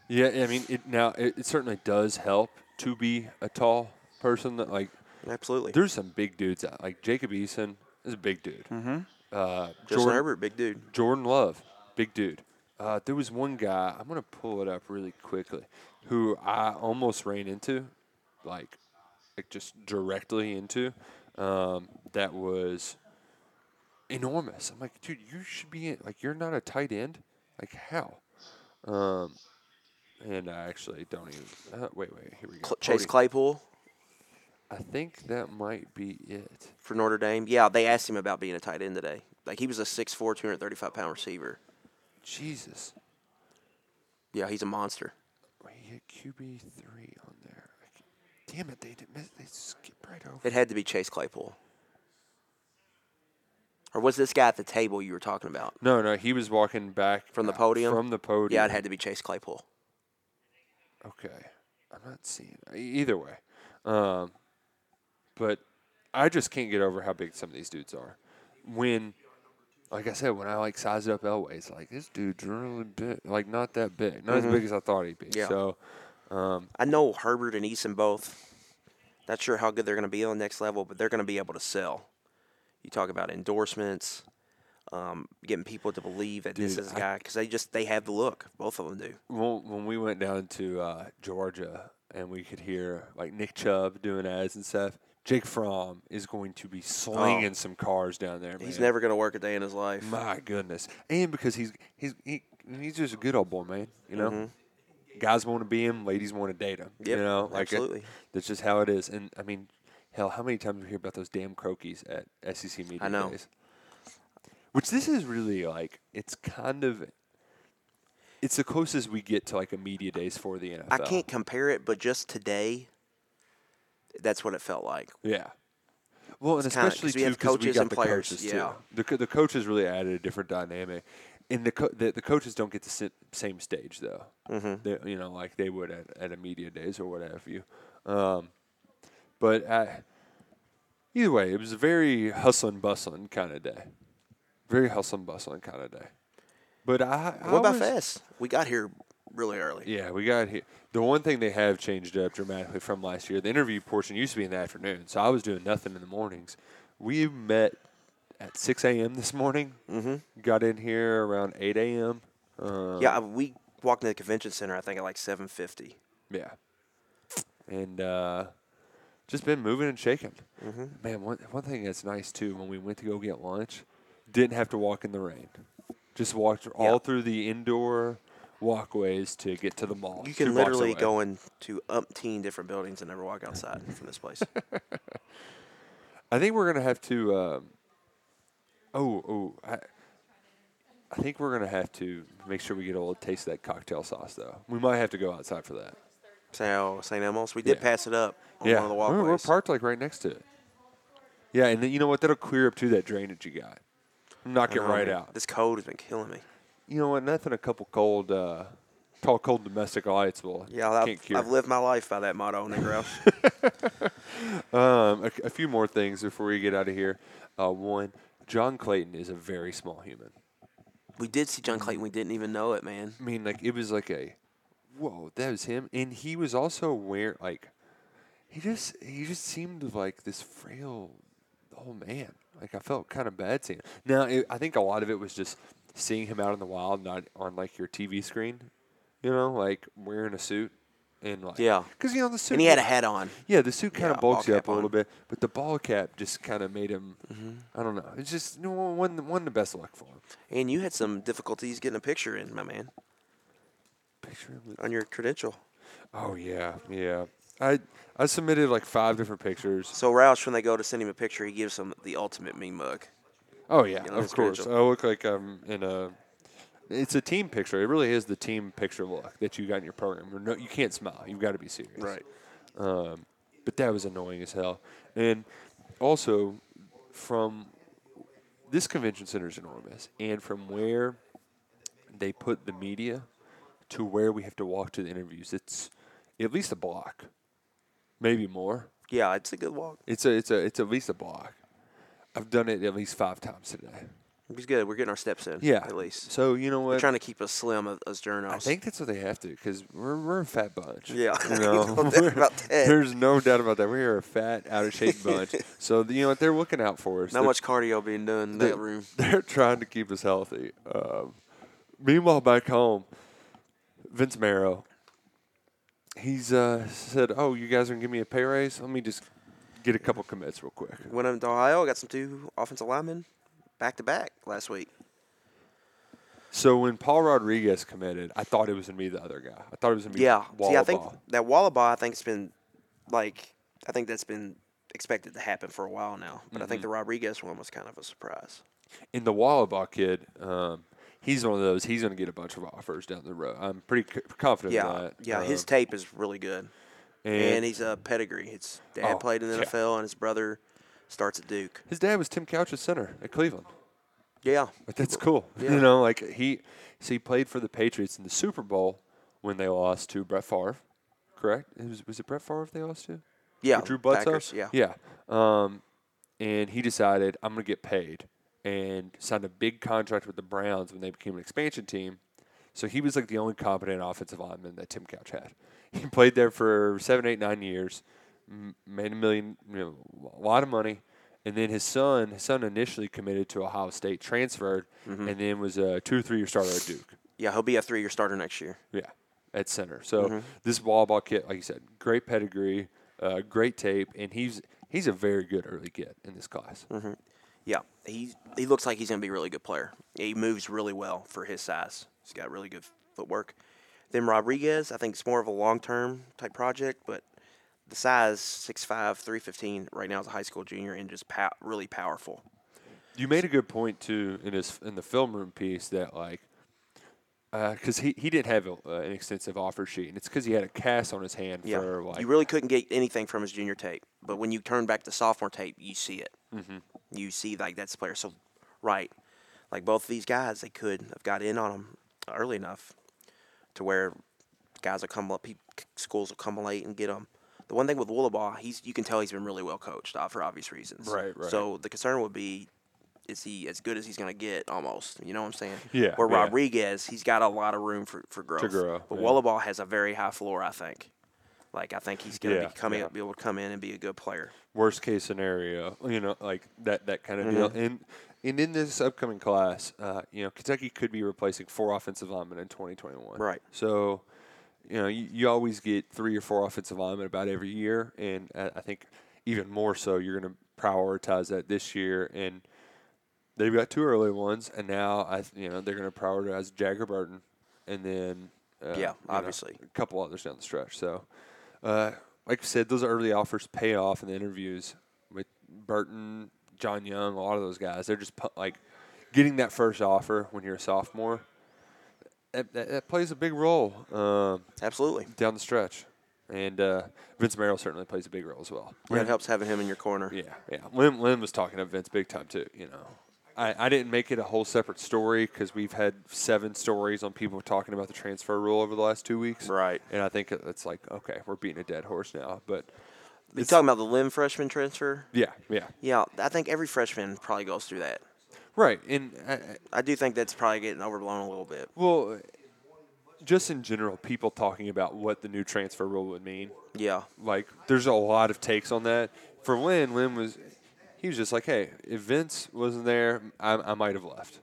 Speaker 5: Yeah, I mean it, now it, it certainly does help to be a tall person that like
Speaker 6: Absolutely.
Speaker 5: there's some big dudes out. Like Jacob Eason is a big dude. Mm-hmm. Uh,
Speaker 6: Justin
Speaker 5: Jordan,
Speaker 6: Herbert, big dude.
Speaker 5: Jordan Love, big dude. Uh, there was one guy I'm gonna pull it up really quickly, who I almost ran into, like, like just directly into. Um, that was enormous. I'm like, dude, you should be in, like, you're not a tight end. Like, how? Um, and I actually don't even. Uh, wait, wait, here we go.
Speaker 6: Cl- Chase
Speaker 5: Cody.
Speaker 6: Claypool
Speaker 5: I think that might be it.
Speaker 6: for Notre Dame. Yeah, they asked him about being a tight end today. Like he was a 6'4", 235 pound receiver.
Speaker 5: Jesus.
Speaker 6: Yeah, he's a monster.
Speaker 5: He hit QB three on there. I c- Damn it! They did miss. They skipped right over.
Speaker 6: It had to be Chase Claypool. Or was this guy at the table you were talking about
Speaker 5: No, no. He was walking back
Speaker 6: from the
Speaker 5: out-
Speaker 6: podium?
Speaker 5: Uh, From the podium.
Speaker 6: Yeah, it had to be Chase Claypool.
Speaker 5: Okay. I'm not seeing e- either way. Um, but I just can't get over how big some of these dudes are. When, like I said, when I like sized up Elway, it's like this dude's really big. Like not that big. Not as big as I thought he'd be.
Speaker 6: Mm-hmm. Yeah.
Speaker 5: So
Speaker 6: I know Herbert and Eason both. Not sure how good they're going to be on the next level, but they're going to be able to sell. You talk about endorsements, um, getting people to believe that this
Speaker 5: Dude,
Speaker 6: is a
Speaker 5: I-
Speaker 6: guy because they just they have the look. Both of them do.
Speaker 5: when, when we went down to uh, Georgia and we could hear like Nick Chubb doing ads and stuff, Jake Fromm is going to be slinging some cars down there.
Speaker 6: He's
Speaker 5: man.
Speaker 6: never going to work a day in his life.
Speaker 5: My goodness, and because he's he's he, he's just a good old boy, man. You know, guys want to be him, ladies want to date him.
Speaker 6: Mm-hmm. Yep,
Speaker 5: you know, like it-
Speaker 6: absolutely.
Speaker 5: that's just how it is. And I mean, hell, how many times do we hear about those damn croakies at SEC media
Speaker 6: I know.
Speaker 5: days? Which this is really like it's kind of it's the closest we get to like a media days for the NFL.
Speaker 6: I can't compare it, but just today, that's what it felt like.
Speaker 5: Yeah. Well, and
Speaker 6: It's kinda-
Speaker 5: especially
Speaker 6: 'cause we have
Speaker 5: too, 'cause we
Speaker 6: coaches
Speaker 5: got
Speaker 6: and
Speaker 5: the
Speaker 6: players,
Speaker 5: coaches
Speaker 6: yeah.
Speaker 5: too. The, co- the coaches really added a different dynamic, and the co- the, the coaches don't get the si- same stage though.
Speaker 6: Mm-hmm.
Speaker 5: They, you know, like they would at, at a media days or what have you. Um, but I, either way, it was a very hustling bustling kind of day, very hustling bustling kind of day. But I, I
Speaker 6: What about
Speaker 5: was-
Speaker 6: Fez? We got here really early.
Speaker 5: yeah, we got here. The one thing they have changed up dramatically from last year, the interview portion used to be in the afternoon, so I was doing nothing in the mornings. We met at 6 a.m. this morning. Mm-hmm. Got in here around 8 a.m. Uh,
Speaker 6: Yeah, I- we walked into the convention center. I think at like seven fifty.
Speaker 5: yeah. And uh, just been moving and shaking.
Speaker 6: Mm-hmm.
Speaker 5: Man, one, one thing that's nice too, when we went to go get lunch, didn't have to walk in the rain. Just walked all through the indoor walkways to get to the mall.
Speaker 6: You
Speaker 5: two
Speaker 6: can
Speaker 5: blocks
Speaker 6: literally
Speaker 5: away.
Speaker 6: go into umpteen different buildings and never walk outside from this place.
Speaker 5: I think we're gonna have to. Um, oh, oh, I, I think we're gonna have to make sure we get a little taste of that cocktail sauce, though. We might have to go outside for that.
Speaker 6: So St. Elmo's, we did
Speaker 5: Yeah.
Speaker 6: pass it up on
Speaker 5: yeah,
Speaker 6: one of the
Speaker 5: We're-
Speaker 6: walkways.
Speaker 5: we're, parked like right next to it. Yeah, and then you know what? That'll clear up too that drainage you got. Knock
Speaker 6: I
Speaker 5: it
Speaker 6: know,
Speaker 5: right
Speaker 6: man.
Speaker 5: out.
Speaker 6: This cold has been killing me.
Speaker 5: You know what? Nothing a couple cold, uh, tall, cold domestic lights will.
Speaker 6: Yeah,
Speaker 5: can't
Speaker 6: I've,
Speaker 5: cure.
Speaker 6: I've lived my life by that motto, Negro.
Speaker 5: Um, a, a few more things before we get out of here. Uh, one, John Clayton is a very small human.
Speaker 6: we did see John Clayton. We didn't even know it, man.
Speaker 5: I mean, like it was like a, whoa, that was him, and he was also wearing like, he just he just seemed like this frail old man. Like I felt kind of bad seeing. Him. Now it, I think a lot of it was just seeing him out in the wild, not on like your TV screen, you know, like wearing a suit and like
Speaker 6: Yeah.
Speaker 5: because you know the suit
Speaker 6: And he had a hat on.
Speaker 5: Yeah, the suit kind
Speaker 6: Yeah,
Speaker 5: of bulks
Speaker 6: ball
Speaker 5: you up
Speaker 6: cap
Speaker 5: a little
Speaker 6: on. Mm-hmm.
Speaker 5: bit, but the ball cap just kind of made him. I don't know. It's just no one one the best look for him.
Speaker 6: And you had some difficulties getting a picture in, my man,
Speaker 5: Picture him with
Speaker 6: on your credential.
Speaker 5: Oh yeah, yeah. I I submitted like five different pictures.
Speaker 6: So Roush, when they go to send him a picture, he gives them the ultimate meme mug.
Speaker 5: Oh yeah,
Speaker 6: You know,
Speaker 5: of
Speaker 6: it's
Speaker 5: course. I
Speaker 6: credential.
Speaker 5: look like I'm in a. It's a team picture. It really is the team picture look that you got in your program. You're No, you can't smile. You've got to be serious. Um, but that was annoying as hell. And also, from this convention center is enormous, and from where they put the media to where we have to walk to the interviews, it's at least a block, maybe more.
Speaker 6: Yeah, it's a good walk.
Speaker 5: It's a it's a it's at least a block. I've done it at least five times today.
Speaker 6: He's good. We're getting our steps in.
Speaker 5: Yeah.
Speaker 6: At least.
Speaker 5: So you know
Speaker 6: We're
Speaker 5: what?
Speaker 6: trying to keep us slim as, as journos.
Speaker 5: I think that's what they have to, because we're, we're a fat bunch.
Speaker 6: Yeah.
Speaker 5: You
Speaker 6: No
Speaker 5: know,
Speaker 6: doubt
Speaker 5: We're-
Speaker 6: about that.
Speaker 5: there's no doubt about that. We are a fat, out of shape bunch. So you know what? They're looking out for us.
Speaker 6: not
Speaker 5: They're-
Speaker 6: much cardio being done in
Speaker 5: they-
Speaker 6: that room.
Speaker 5: They're trying to keep us healthy. Um, meanwhile, back home, Vince Marrow, he's uh, said, "Oh, you guys are gonna give me a pay raise? Let me just get a couple commits real quick."
Speaker 6: Went up to Ohio. Got some two offensive linemen back to back last week.
Speaker 5: So when Paul Rodriguez committed, I thought it was gonna be the other guy. I thought it was gonna be
Speaker 6: Yeah. See, I
Speaker 5: Wallabaugh.
Speaker 6: think that Wallaby, I think, has been like, I think that's been expected to happen for a while now. But I think the Rodriguez one was kind of a surprise.
Speaker 5: in the Wallabaugh kid, um, he's one of those. He's going to get a bunch of offers down the road. I'm pretty c- confident
Speaker 6: Yeah.
Speaker 5: of that.
Speaker 6: Yeah. his
Speaker 5: Um,
Speaker 6: tape is really good. And, he's a pedigree. His dad
Speaker 5: Oh,
Speaker 6: played in the
Speaker 5: yeah.
Speaker 6: NFL, and his brother starts at Duke.
Speaker 5: his dad was Tim Couch's center at Cleveland.
Speaker 6: Yeah.
Speaker 5: Like that's cool.
Speaker 6: Yeah.
Speaker 5: You know, like he so he played for the Patriots in the Super Bowl when they lost to Brett Favre. Correct? It was was it Brett Favre they lost to?
Speaker 6: Yeah.
Speaker 5: Drew Bledsoe.
Speaker 6: Packers, yeah.
Speaker 5: Yeah. Um, and he decided I'm gonna get paid and signed a big contract with the Browns when they became an expansion team. So he was like the only competent offensive lineman that Tim Couch had. He played there for seven, eight, nine years, m- made a million, you know, a lot of money, and then his son, his son initially committed to Ohio State, transferred,
Speaker 6: Mm-hmm.
Speaker 5: and then was a two or three year starter at Duke.
Speaker 6: Yeah, he'll be a three-year starter next year.
Speaker 5: Yeah, at center. So
Speaker 6: Mm-hmm.
Speaker 5: this Wallabaugh kid, like you said, great pedigree, uh, great tape, and he's he's a very good early kid in this class.
Speaker 6: Mm-hmm. Yeah, he he looks like he's gonna be a really good player. He moves really well for his size. He's got really good footwork. Then Rodriguez, I think it's more of a long-term type project, but the size 6'5", 315 right now as a high school junior and just pow- really powerful.
Speaker 5: You made a good point too in his in the film room piece that like. Because he, he didn't have a, uh, an extensive offer sheet, and it's because he had a cast on his hand
Speaker 6: Yeah,
Speaker 5: for like
Speaker 6: you really couldn't get anything from his junior tape, but when you turn back to sophomore tape, you see it. Mm-hmm. You see like that's the player. So, right, like both these guys, they could have got in on him early enough to where guys will come up, peop- schools will come late and get him. The one thing with Willabaugh, he's you can tell he's been really well coached uh, for obvious reasons.
Speaker 5: Right, right.
Speaker 6: So the concern would be. Is he as good as he's gonna get? Almost, you know what I'm saying?
Speaker 5: Yeah,
Speaker 6: Where
Speaker 5: yeah.
Speaker 6: Rodriguez, he's got a lot of room for, for growth.
Speaker 5: grow,
Speaker 6: But
Speaker 5: yeah.
Speaker 6: Willabaugh has a very high floor, I think. Like I think he's going to
Speaker 5: Yeah,
Speaker 6: be coming
Speaker 5: yeah.
Speaker 6: up, be able to come in and be a good player.
Speaker 5: worst case scenario, you know, like that that kind of
Speaker 6: Mm-hmm.
Speaker 5: deal. And and in this upcoming class, uh, you know, Kentucky could be replacing four offensive linemen in 2021.
Speaker 6: Right.
Speaker 5: So, you know, you, you always get three or four offensive linemen about every year, and I, I think even more so, you're going to prioritize that this year. And they've got two early ones, and now I, th- you know, they're going to prioritize Jagger Burton, and then uh,
Speaker 6: Yeah,
Speaker 5: you know,
Speaker 6: obviously.
Speaker 5: a couple others down the stretch. So, uh, like I said, those early offers pay off in the interviews with Burton, John Young, a lot of those guys. They're just pu- like getting that first offer when you're a sophomore. That, that, that plays a big role um,
Speaker 6: Absolutely,
Speaker 5: down the stretch, and uh, Vince Merrill certainly plays a big role as well.
Speaker 6: yeah, it helps having him in your corner.
Speaker 5: Yeah, yeah. Lynn, Lynn was talking to Vince big time too. You know, I, I didn't make it a whole separate story because we've had seven stories on people talking about the transfer rule over the last two weeks.
Speaker 6: Right.
Speaker 5: And I think it's like okay, we're beating a dead horse now. But
Speaker 6: You talking about the Lim freshman transfer?
Speaker 5: yeah, yeah,
Speaker 6: Yeah, I think every freshman probably goes through that.
Speaker 5: right. And I, I-
Speaker 6: I do think that's probably getting overblown a little bit.
Speaker 5: well, just in general, people talking about what the new transfer rule would mean.
Speaker 6: Yeah,
Speaker 5: like there's a lot of takes on that. For Lynn, Lynn was he was just like, hey, if Vince wasn't there, I, I might have left,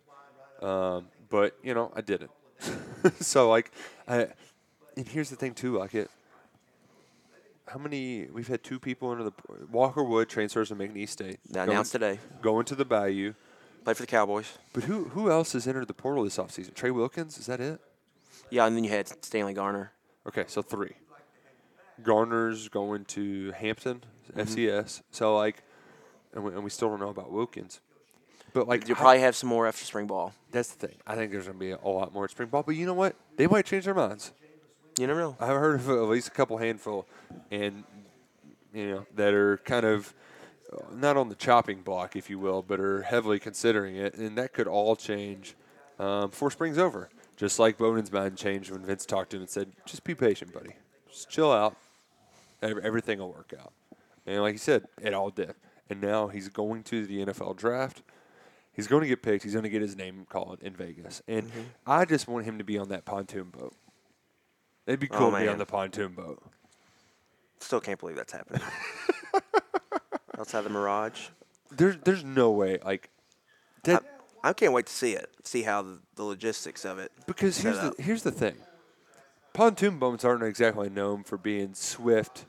Speaker 5: um, but you know I didn't. so like, I, and here's the thing too, like it. How many we've had two people into the Walker Wood transfers to McNeese State.
Speaker 6: They
Speaker 5: Going-
Speaker 6: announced today.
Speaker 5: Going to the Bayou.
Speaker 6: played for the Cowboys.
Speaker 5: But who who else has entered the portal this offseason? Trey Wilkins, is that it?
Speaker 6: Yeah, and then you had Stanley Garner.
Speaker 5: Okay, so three. Garner's going to Hampton, FCS. So like, and we, and we still don't know about Wilkins. But like,
Speaker 6: You'll
Speaker 5: I-
Speaker 6: probably have some more after spring ball.
Speaker 5: that's the thing. I think there's gonna be a lot more at spring ball. But you know what? They might change their minds.
Speaker 6: You never know.
Speaker 5: I've heard of at least a couple handful, and you know that are kind of uh, not on the chopping block, if you will, but are heavily considering it, and that could all change um, before spring's over. Just like Bowden's mind changed when Vince talked to him and said, "Just be patient, buddy. Just chill out. Ev- Everything will work out." And like he said, it all did. And now he's going to the NFL draft. He's He's going to get picked. He's going to get his name called in Vegas. And
Speaker 6: Mm-hmm.
Speaker 5: I just want him to be on that pontoon boat. It'd be cool
Speaker 6: Oh,
Speaker 5: to be on
Speaker 6: man.
Speaker 5: the pontoon boat.
Speaker 6: Still can't believe that's happening. Outside the Mirage.
Speaker 5: There's there's no way like that
Speaker 6: I can't wait to see it. See how the, the logistics of it.
Speaker 5: because
Speaker 6: set
Speaker 5: here's the
Speaker 6: up.
Speaker 5: here's the thing. Pontoon boats aren't exactly known for being swift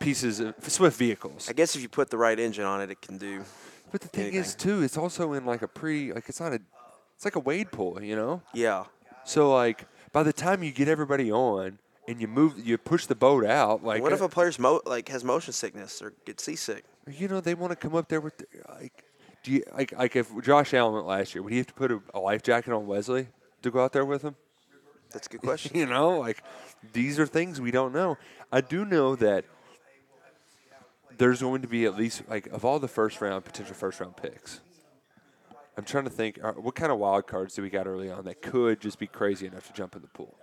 Speaker 5: pieces of swift vehicles.
Speaker 6: I guess if you put the right engine on it, it can do.
Speaker 5: But the thing is too, it's also in like a pretty like it's not a it's like a wade pool, you know?
Speaker 6: Yeah.
Speaker 5: So like by the time you get everybody on and you move you push the boat out, like
Speaker 6: what if
Speaker 5: uh,
Speaker 6: a player's mo- like has motion sickness or gets seasick?
Speaker 5: you know, they want to come up there with their- like do you like like if Josh Allen went last year, would he have to put a, a life jacket on Wesley to go out there with him?
Speaker 6: That's a good question.
Speaker 5: you know, like these are things we don't know. I do know that there's going to be at least like of all the first round potential first round picks. I'm trying to think uh, what kind of wild cards do we got early on that could just be crazy enough to jump in the pool.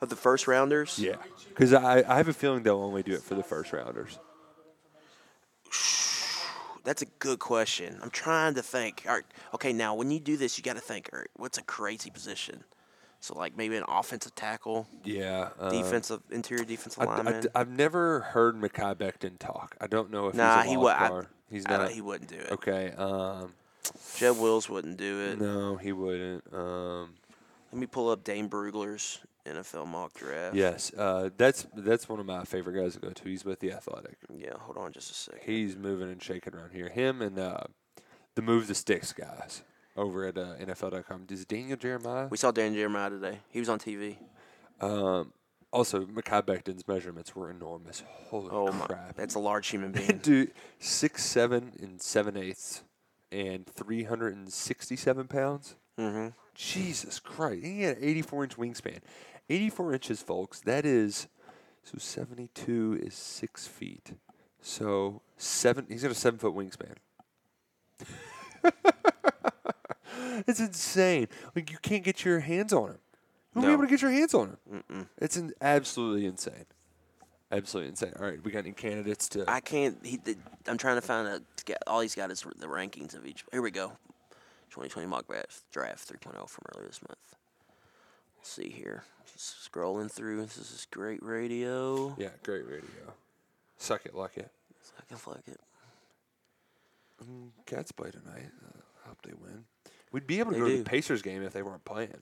Speaker 6: Of the first rounders,
Speaker 5: Yeah, because I, I have a feeling they'll only do it for the first rounders.
Speaker 6: that's a good question. I'm trying to think. All right, okay, now when you do this, you got to think. All right, what's a crazy position? So like maybe an offensive tackle,
Speaker 5: Yeah, uh,
Speaker 6: defensive interior defensive
Speaker 5: I, I,
Speaker 6: lineman.
Speaker 5: have never heard Makai Becton talk. I don't know if
Speaker 6: nah,
Speaker 5: he's a
Speaker 6: he
Speaker 5: wild
Speaker 6: would.
Speaker 5: card. he's not.
Speaker 6: he wouldn't do it.
Speaker 5: Okay. Um,
Speaker 6: Jeb Wills wouldn't do it.
Speaker 5: no, he wouldn't. Um,
Speaker 6: Let me pull up Dane Brugler's NFL mock draft.
Speaker 5: Yes, uh, that's that's one of my favorite guys to go to. He's with the Athletic.
Speaker 6: Yeah, hold on just a second.
Speaker 5: He's moving and shaking around here. Him and uh, the Move the Sticks guys over at uh, NFL.com. Is it Daniel Jeremiah?
Speaker 6: We saw Dan Jeremiah today. He was on TV.
Speaker 5: Also, Makai Becton's measurements were enormous. Holy
Speaker 6: Oh my,
Speaker 5: crap!
Speaker 6: that's a large human being.
Speaker 5: Dude, six seven and seven eighths, and three hundred and sixty-seven pounds.
Speaker 6: mm-hmm.
Speaker 5: Jesus Christ. He had an 84 inch wingspan. 84 inches, folks. That is so 72 is six feet. So seven. He's got a seven foot wingspan. it's insane. Like you can't get your hands on him. You won't be
Speaker 6: No.
Speaker 5: able to get your hands on him. It's an, absolutely insane. Absolutely insane. All right, we got any candidates to?
Speaker 6: I can't. He, did I'm trying to find a. to get- All he's got is the rankings of each. Here we go. 2020 mock draft, draft 3.0 from earlier this month. Let's see here. Just scrolling through. This is great radio.
Speaker 5: yeah, great radio. Suck it, luck it.
Speaker 6: I can fuck it.
Speaker 5: Cats play tonight. Uh, I hope they win. We'd be able to
Speaker 6: They
Speaker 5: go to the
Speaker 6: do.
Speaker 5: Pacers game if they weren't playing.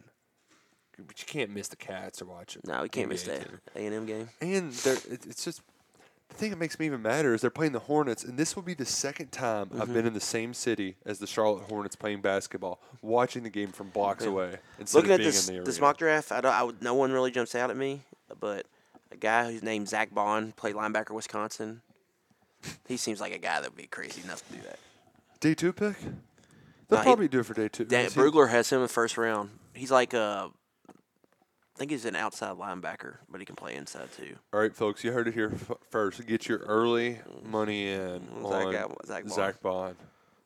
Speaker 5: But you can't miss the Cats or watch it.
Speaker 6: No, we can't miss that A&M game.
Speaker 5: And they're, it- it's just the thing that makes me even madder is they're playing the Hornets, and this will be the second time I've been in the same city as the Charlotte Hornets playing basketball, watching the game from blocks away instead
Speaker 6: Looking
Speaker 5: of
Speaker 6: at
Speaker 5: being in
Speaker 6: this
Speaker 5: the arena.
Speaker 6: this mock draft, I don't. I, would- no one really jumps out at me, but a guy who's named Zach Bond played linebacker Wisconsin. He seems like a guy that would be crazy enough to do that.
Speaker 5: day two pick. They'll
Speaker 6: No, he-
Speaker 5: probably do it for day two.
Speaker 6: Dan,
Speaker 5: Is he-
Speaker 6: Brugler has him in the first round. He's like uh, I think he's an outside linebacker, but he can play inside too.
Speaker 5: All right, folks, you heard it here f- first. Get your early money in
Speaker 6: Zach
Speaker 5: on
Speaker 6: Gal- Zach Bond.
Speaker 5: Bond,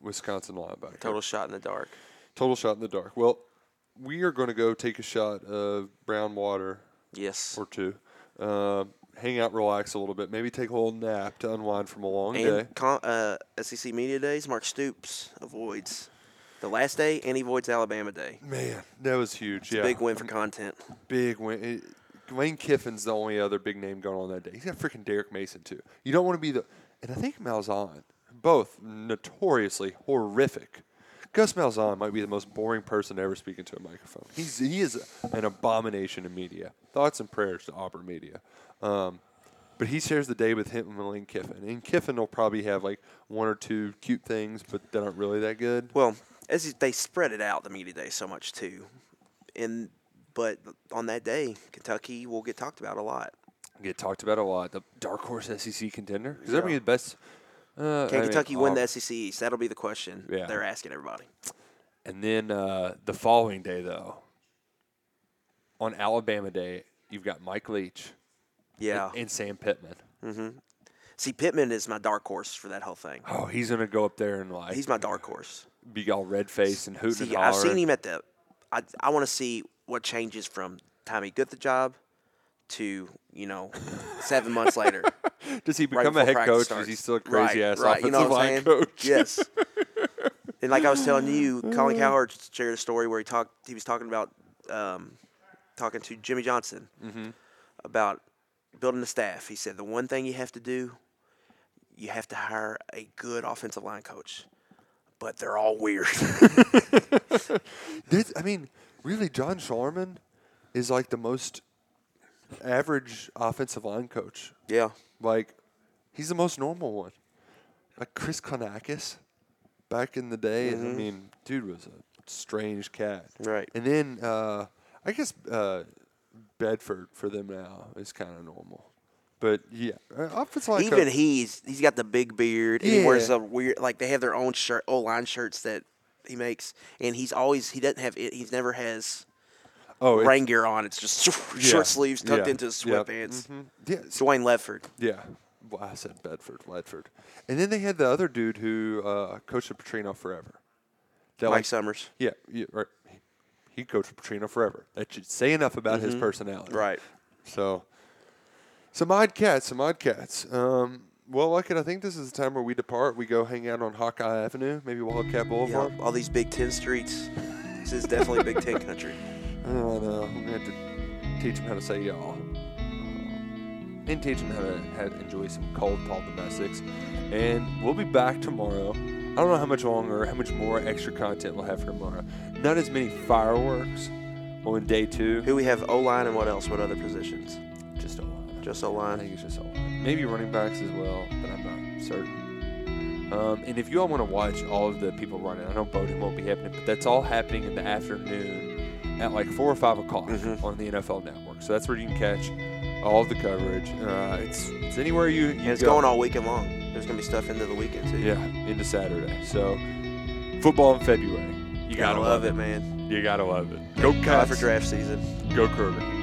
Speaker 5: Wisconsin linebacker.
Speaker 6: Total shot in the dark.
Speaker 5: Total shot in the dark. Well, we are going to go take a shot of brown water
Speaker 6: Yes.
Speaker 5: or two, um, hang out, relax a little bit, maybe take a little nap to unwind from a long day.
Speaker 6: And con- uh, SEC media days, Mark Stoops avoids the last day, and he avoids Alabama Day.
Speaker 5: Man, that was huge. yeah,
Speaker 6: Big win for content.
Speaker 5: Big win. It, Lane Kiffin's the only other big name going on that day. He's got freaking Derek Mason too. You don't want to be the, and I think Malzahn, both notoriously horrific. Gus Malzahn might be the most boring person to ever speak into a microphone. He's he is an abomination in media. Thoughts and prayers to Auburn media. Um, but he shares the day with him and Lane Kiffin, and Kiffin will probably have like one or two cute things, but that aren't really that good.
Speaker 6: Well, as it- they spread it out the media day so much too, and but on that day, Kentucky will get talked about a lot.
Speaker 5: get talked about a lot. The dark horse SEC contender because that'd be the best. Uh,
Speaker 6: Can
Speaker 5: I mean,
Speaker 6: Kentucky win
Speaker 5: Auburn.
Speaker 6: the SEC East? That'll be the question
Speaker 5: Yeah.
Speaker 6: they're asking everybody.
Speaker 5: And then uh, the following day, though, on Alabama Day, you've got Mike Leach
Speaker 6: Yeah.
Speaker 5: and Sam Pittman.
Speaker 6: See, Pittman is my dark horse for that whole thing.
Speaker 5: Oh, he's gonna go up there and like
Speaker 6: He's my dark horse.
Speaker 5: be all red faced and hooting
Speaker 6: See,
Speaker 5: and
Speaker 6: I've
Speaker 5: hollering.
Speaker 6: seen him at the. I I want to see what changes from time he got the job to you know seven months later.
Speaker 5: Does he
Speaker 6: right
Speaker 5: become
Speaker 6: before
Speaker 5: a head
Speaker 6: practice
Speaker 5: coach? Is
Speaker 6: starts.
Speaker 5: he still a
Speaker 6: Right,
Speaker 5: crazy ass
Speaker 6: right,
Speaker 5: offensive line coach?
Speaker 6: Yes. And like I was telling you, Colin Cowherd shared a story where he talked. He was talking about um, talking to Jimmy Johnson
Speaker 5: Mm-hmm.
Speaker 6: about building the staff. He said the one thing you have to do, you have to hire a good offensive line coach, but they're all weird.
Speaker 5: There's, I mean, really, John Sharman is like the most average offensive line coach.
Speaker 6: yeah,
Speaker 5: Like, he's the most normal one. Like Chris Konakis, back in the day. I mean, dude was a strange cat.
Speaker 6: Mm-hmm. Right.
Speaker 5: And then uh, I guess uh, Bedford for them now is kind of normal. But yeah, uh, offensive line
Speaker 6: even
Speaker 5: coach-
Speaker 6: he's he's got the big beard and he wears
Speaker 5: Yeah.
Speaker 6: a weird like they have their own shirt, old line shirts that he makes, and he's always he doesn't have it. He's never has
Speaker 5: oh, it's-
Speaker 6: rain gear on. It's just
Speaker 5: yeah,
Speaker 6: short sleeves tucked
Speaker 5: yeah,
Speaker 6: into his
Speaker 5: yep,
Speaker 6: sweatpants.
Speaker 5: mhm. Yeah, so
Speaker 6: Dwayne Ledford.
Speaker 5: Yeah. Well, I said Bedford, Ledford. And then they had the other dude who uh, coached at Petrino forever. That
Speaker 6: Mike
Speaker 5: like-
Speaker 6: Summers.
Speaker 5: Yeah, yeah, right. He coached at Petrino forever. That should say enough about his personality.
Speaker 6: Mm-hmm. Right.
Speaker 5: So, some odd cats, some odd cats. Um, well, Luckett, I think this is the time where we depart. We go hang out on Hawkeye Avenue, maybe Wildcat
Speaker 6: Yeah,
Speaker 5: Boulevard.
Speaker 6: all these Big Ten streets. This is definitely Big Ten country.
Speaker 5: Oh, no. I'm going to have to teach him how to say y'all. Uh, And teach him how to, how to enjoy some cold Paul domestics. And we'll be back tomorrow. I don't know how much longer, how much more extra content we'll have for tomorrow. Not as many fireworks on day two.
Speaker 6: Who we have O line and what else? What other positions?
Speaker 5: Just a line.
Speaker 6: Just O
Speaker 5: I
Speaker 6: line.
Speaker 5: think it's just a line. Maybe running backs as well, but I'm not certain. Um, and if you all want to watch all of the people running, I know voting won't be happening, but that's all happening in the afternoon at like four or five o'clock
Speaker 6: Mm-hmm.
Speaker 5: on the NFL Network. So that's where you can catch all of the coverage. Uh, it's it's anywhere you, you
Speaker 6: And it's
Speaker 5: go.
Speaker 6: going all weekend long. There's gonna be stuff into the weekend too.
Speaker 5: yeah into Saturday. So football in February. You
Speaker 6: gotta love it, man.
Speaker 5: You gotta love it. Go
Speaker 6: God
Speaker 5: Cats.
Speaker 6: for draft season.
Speaker 5: Go Kroger.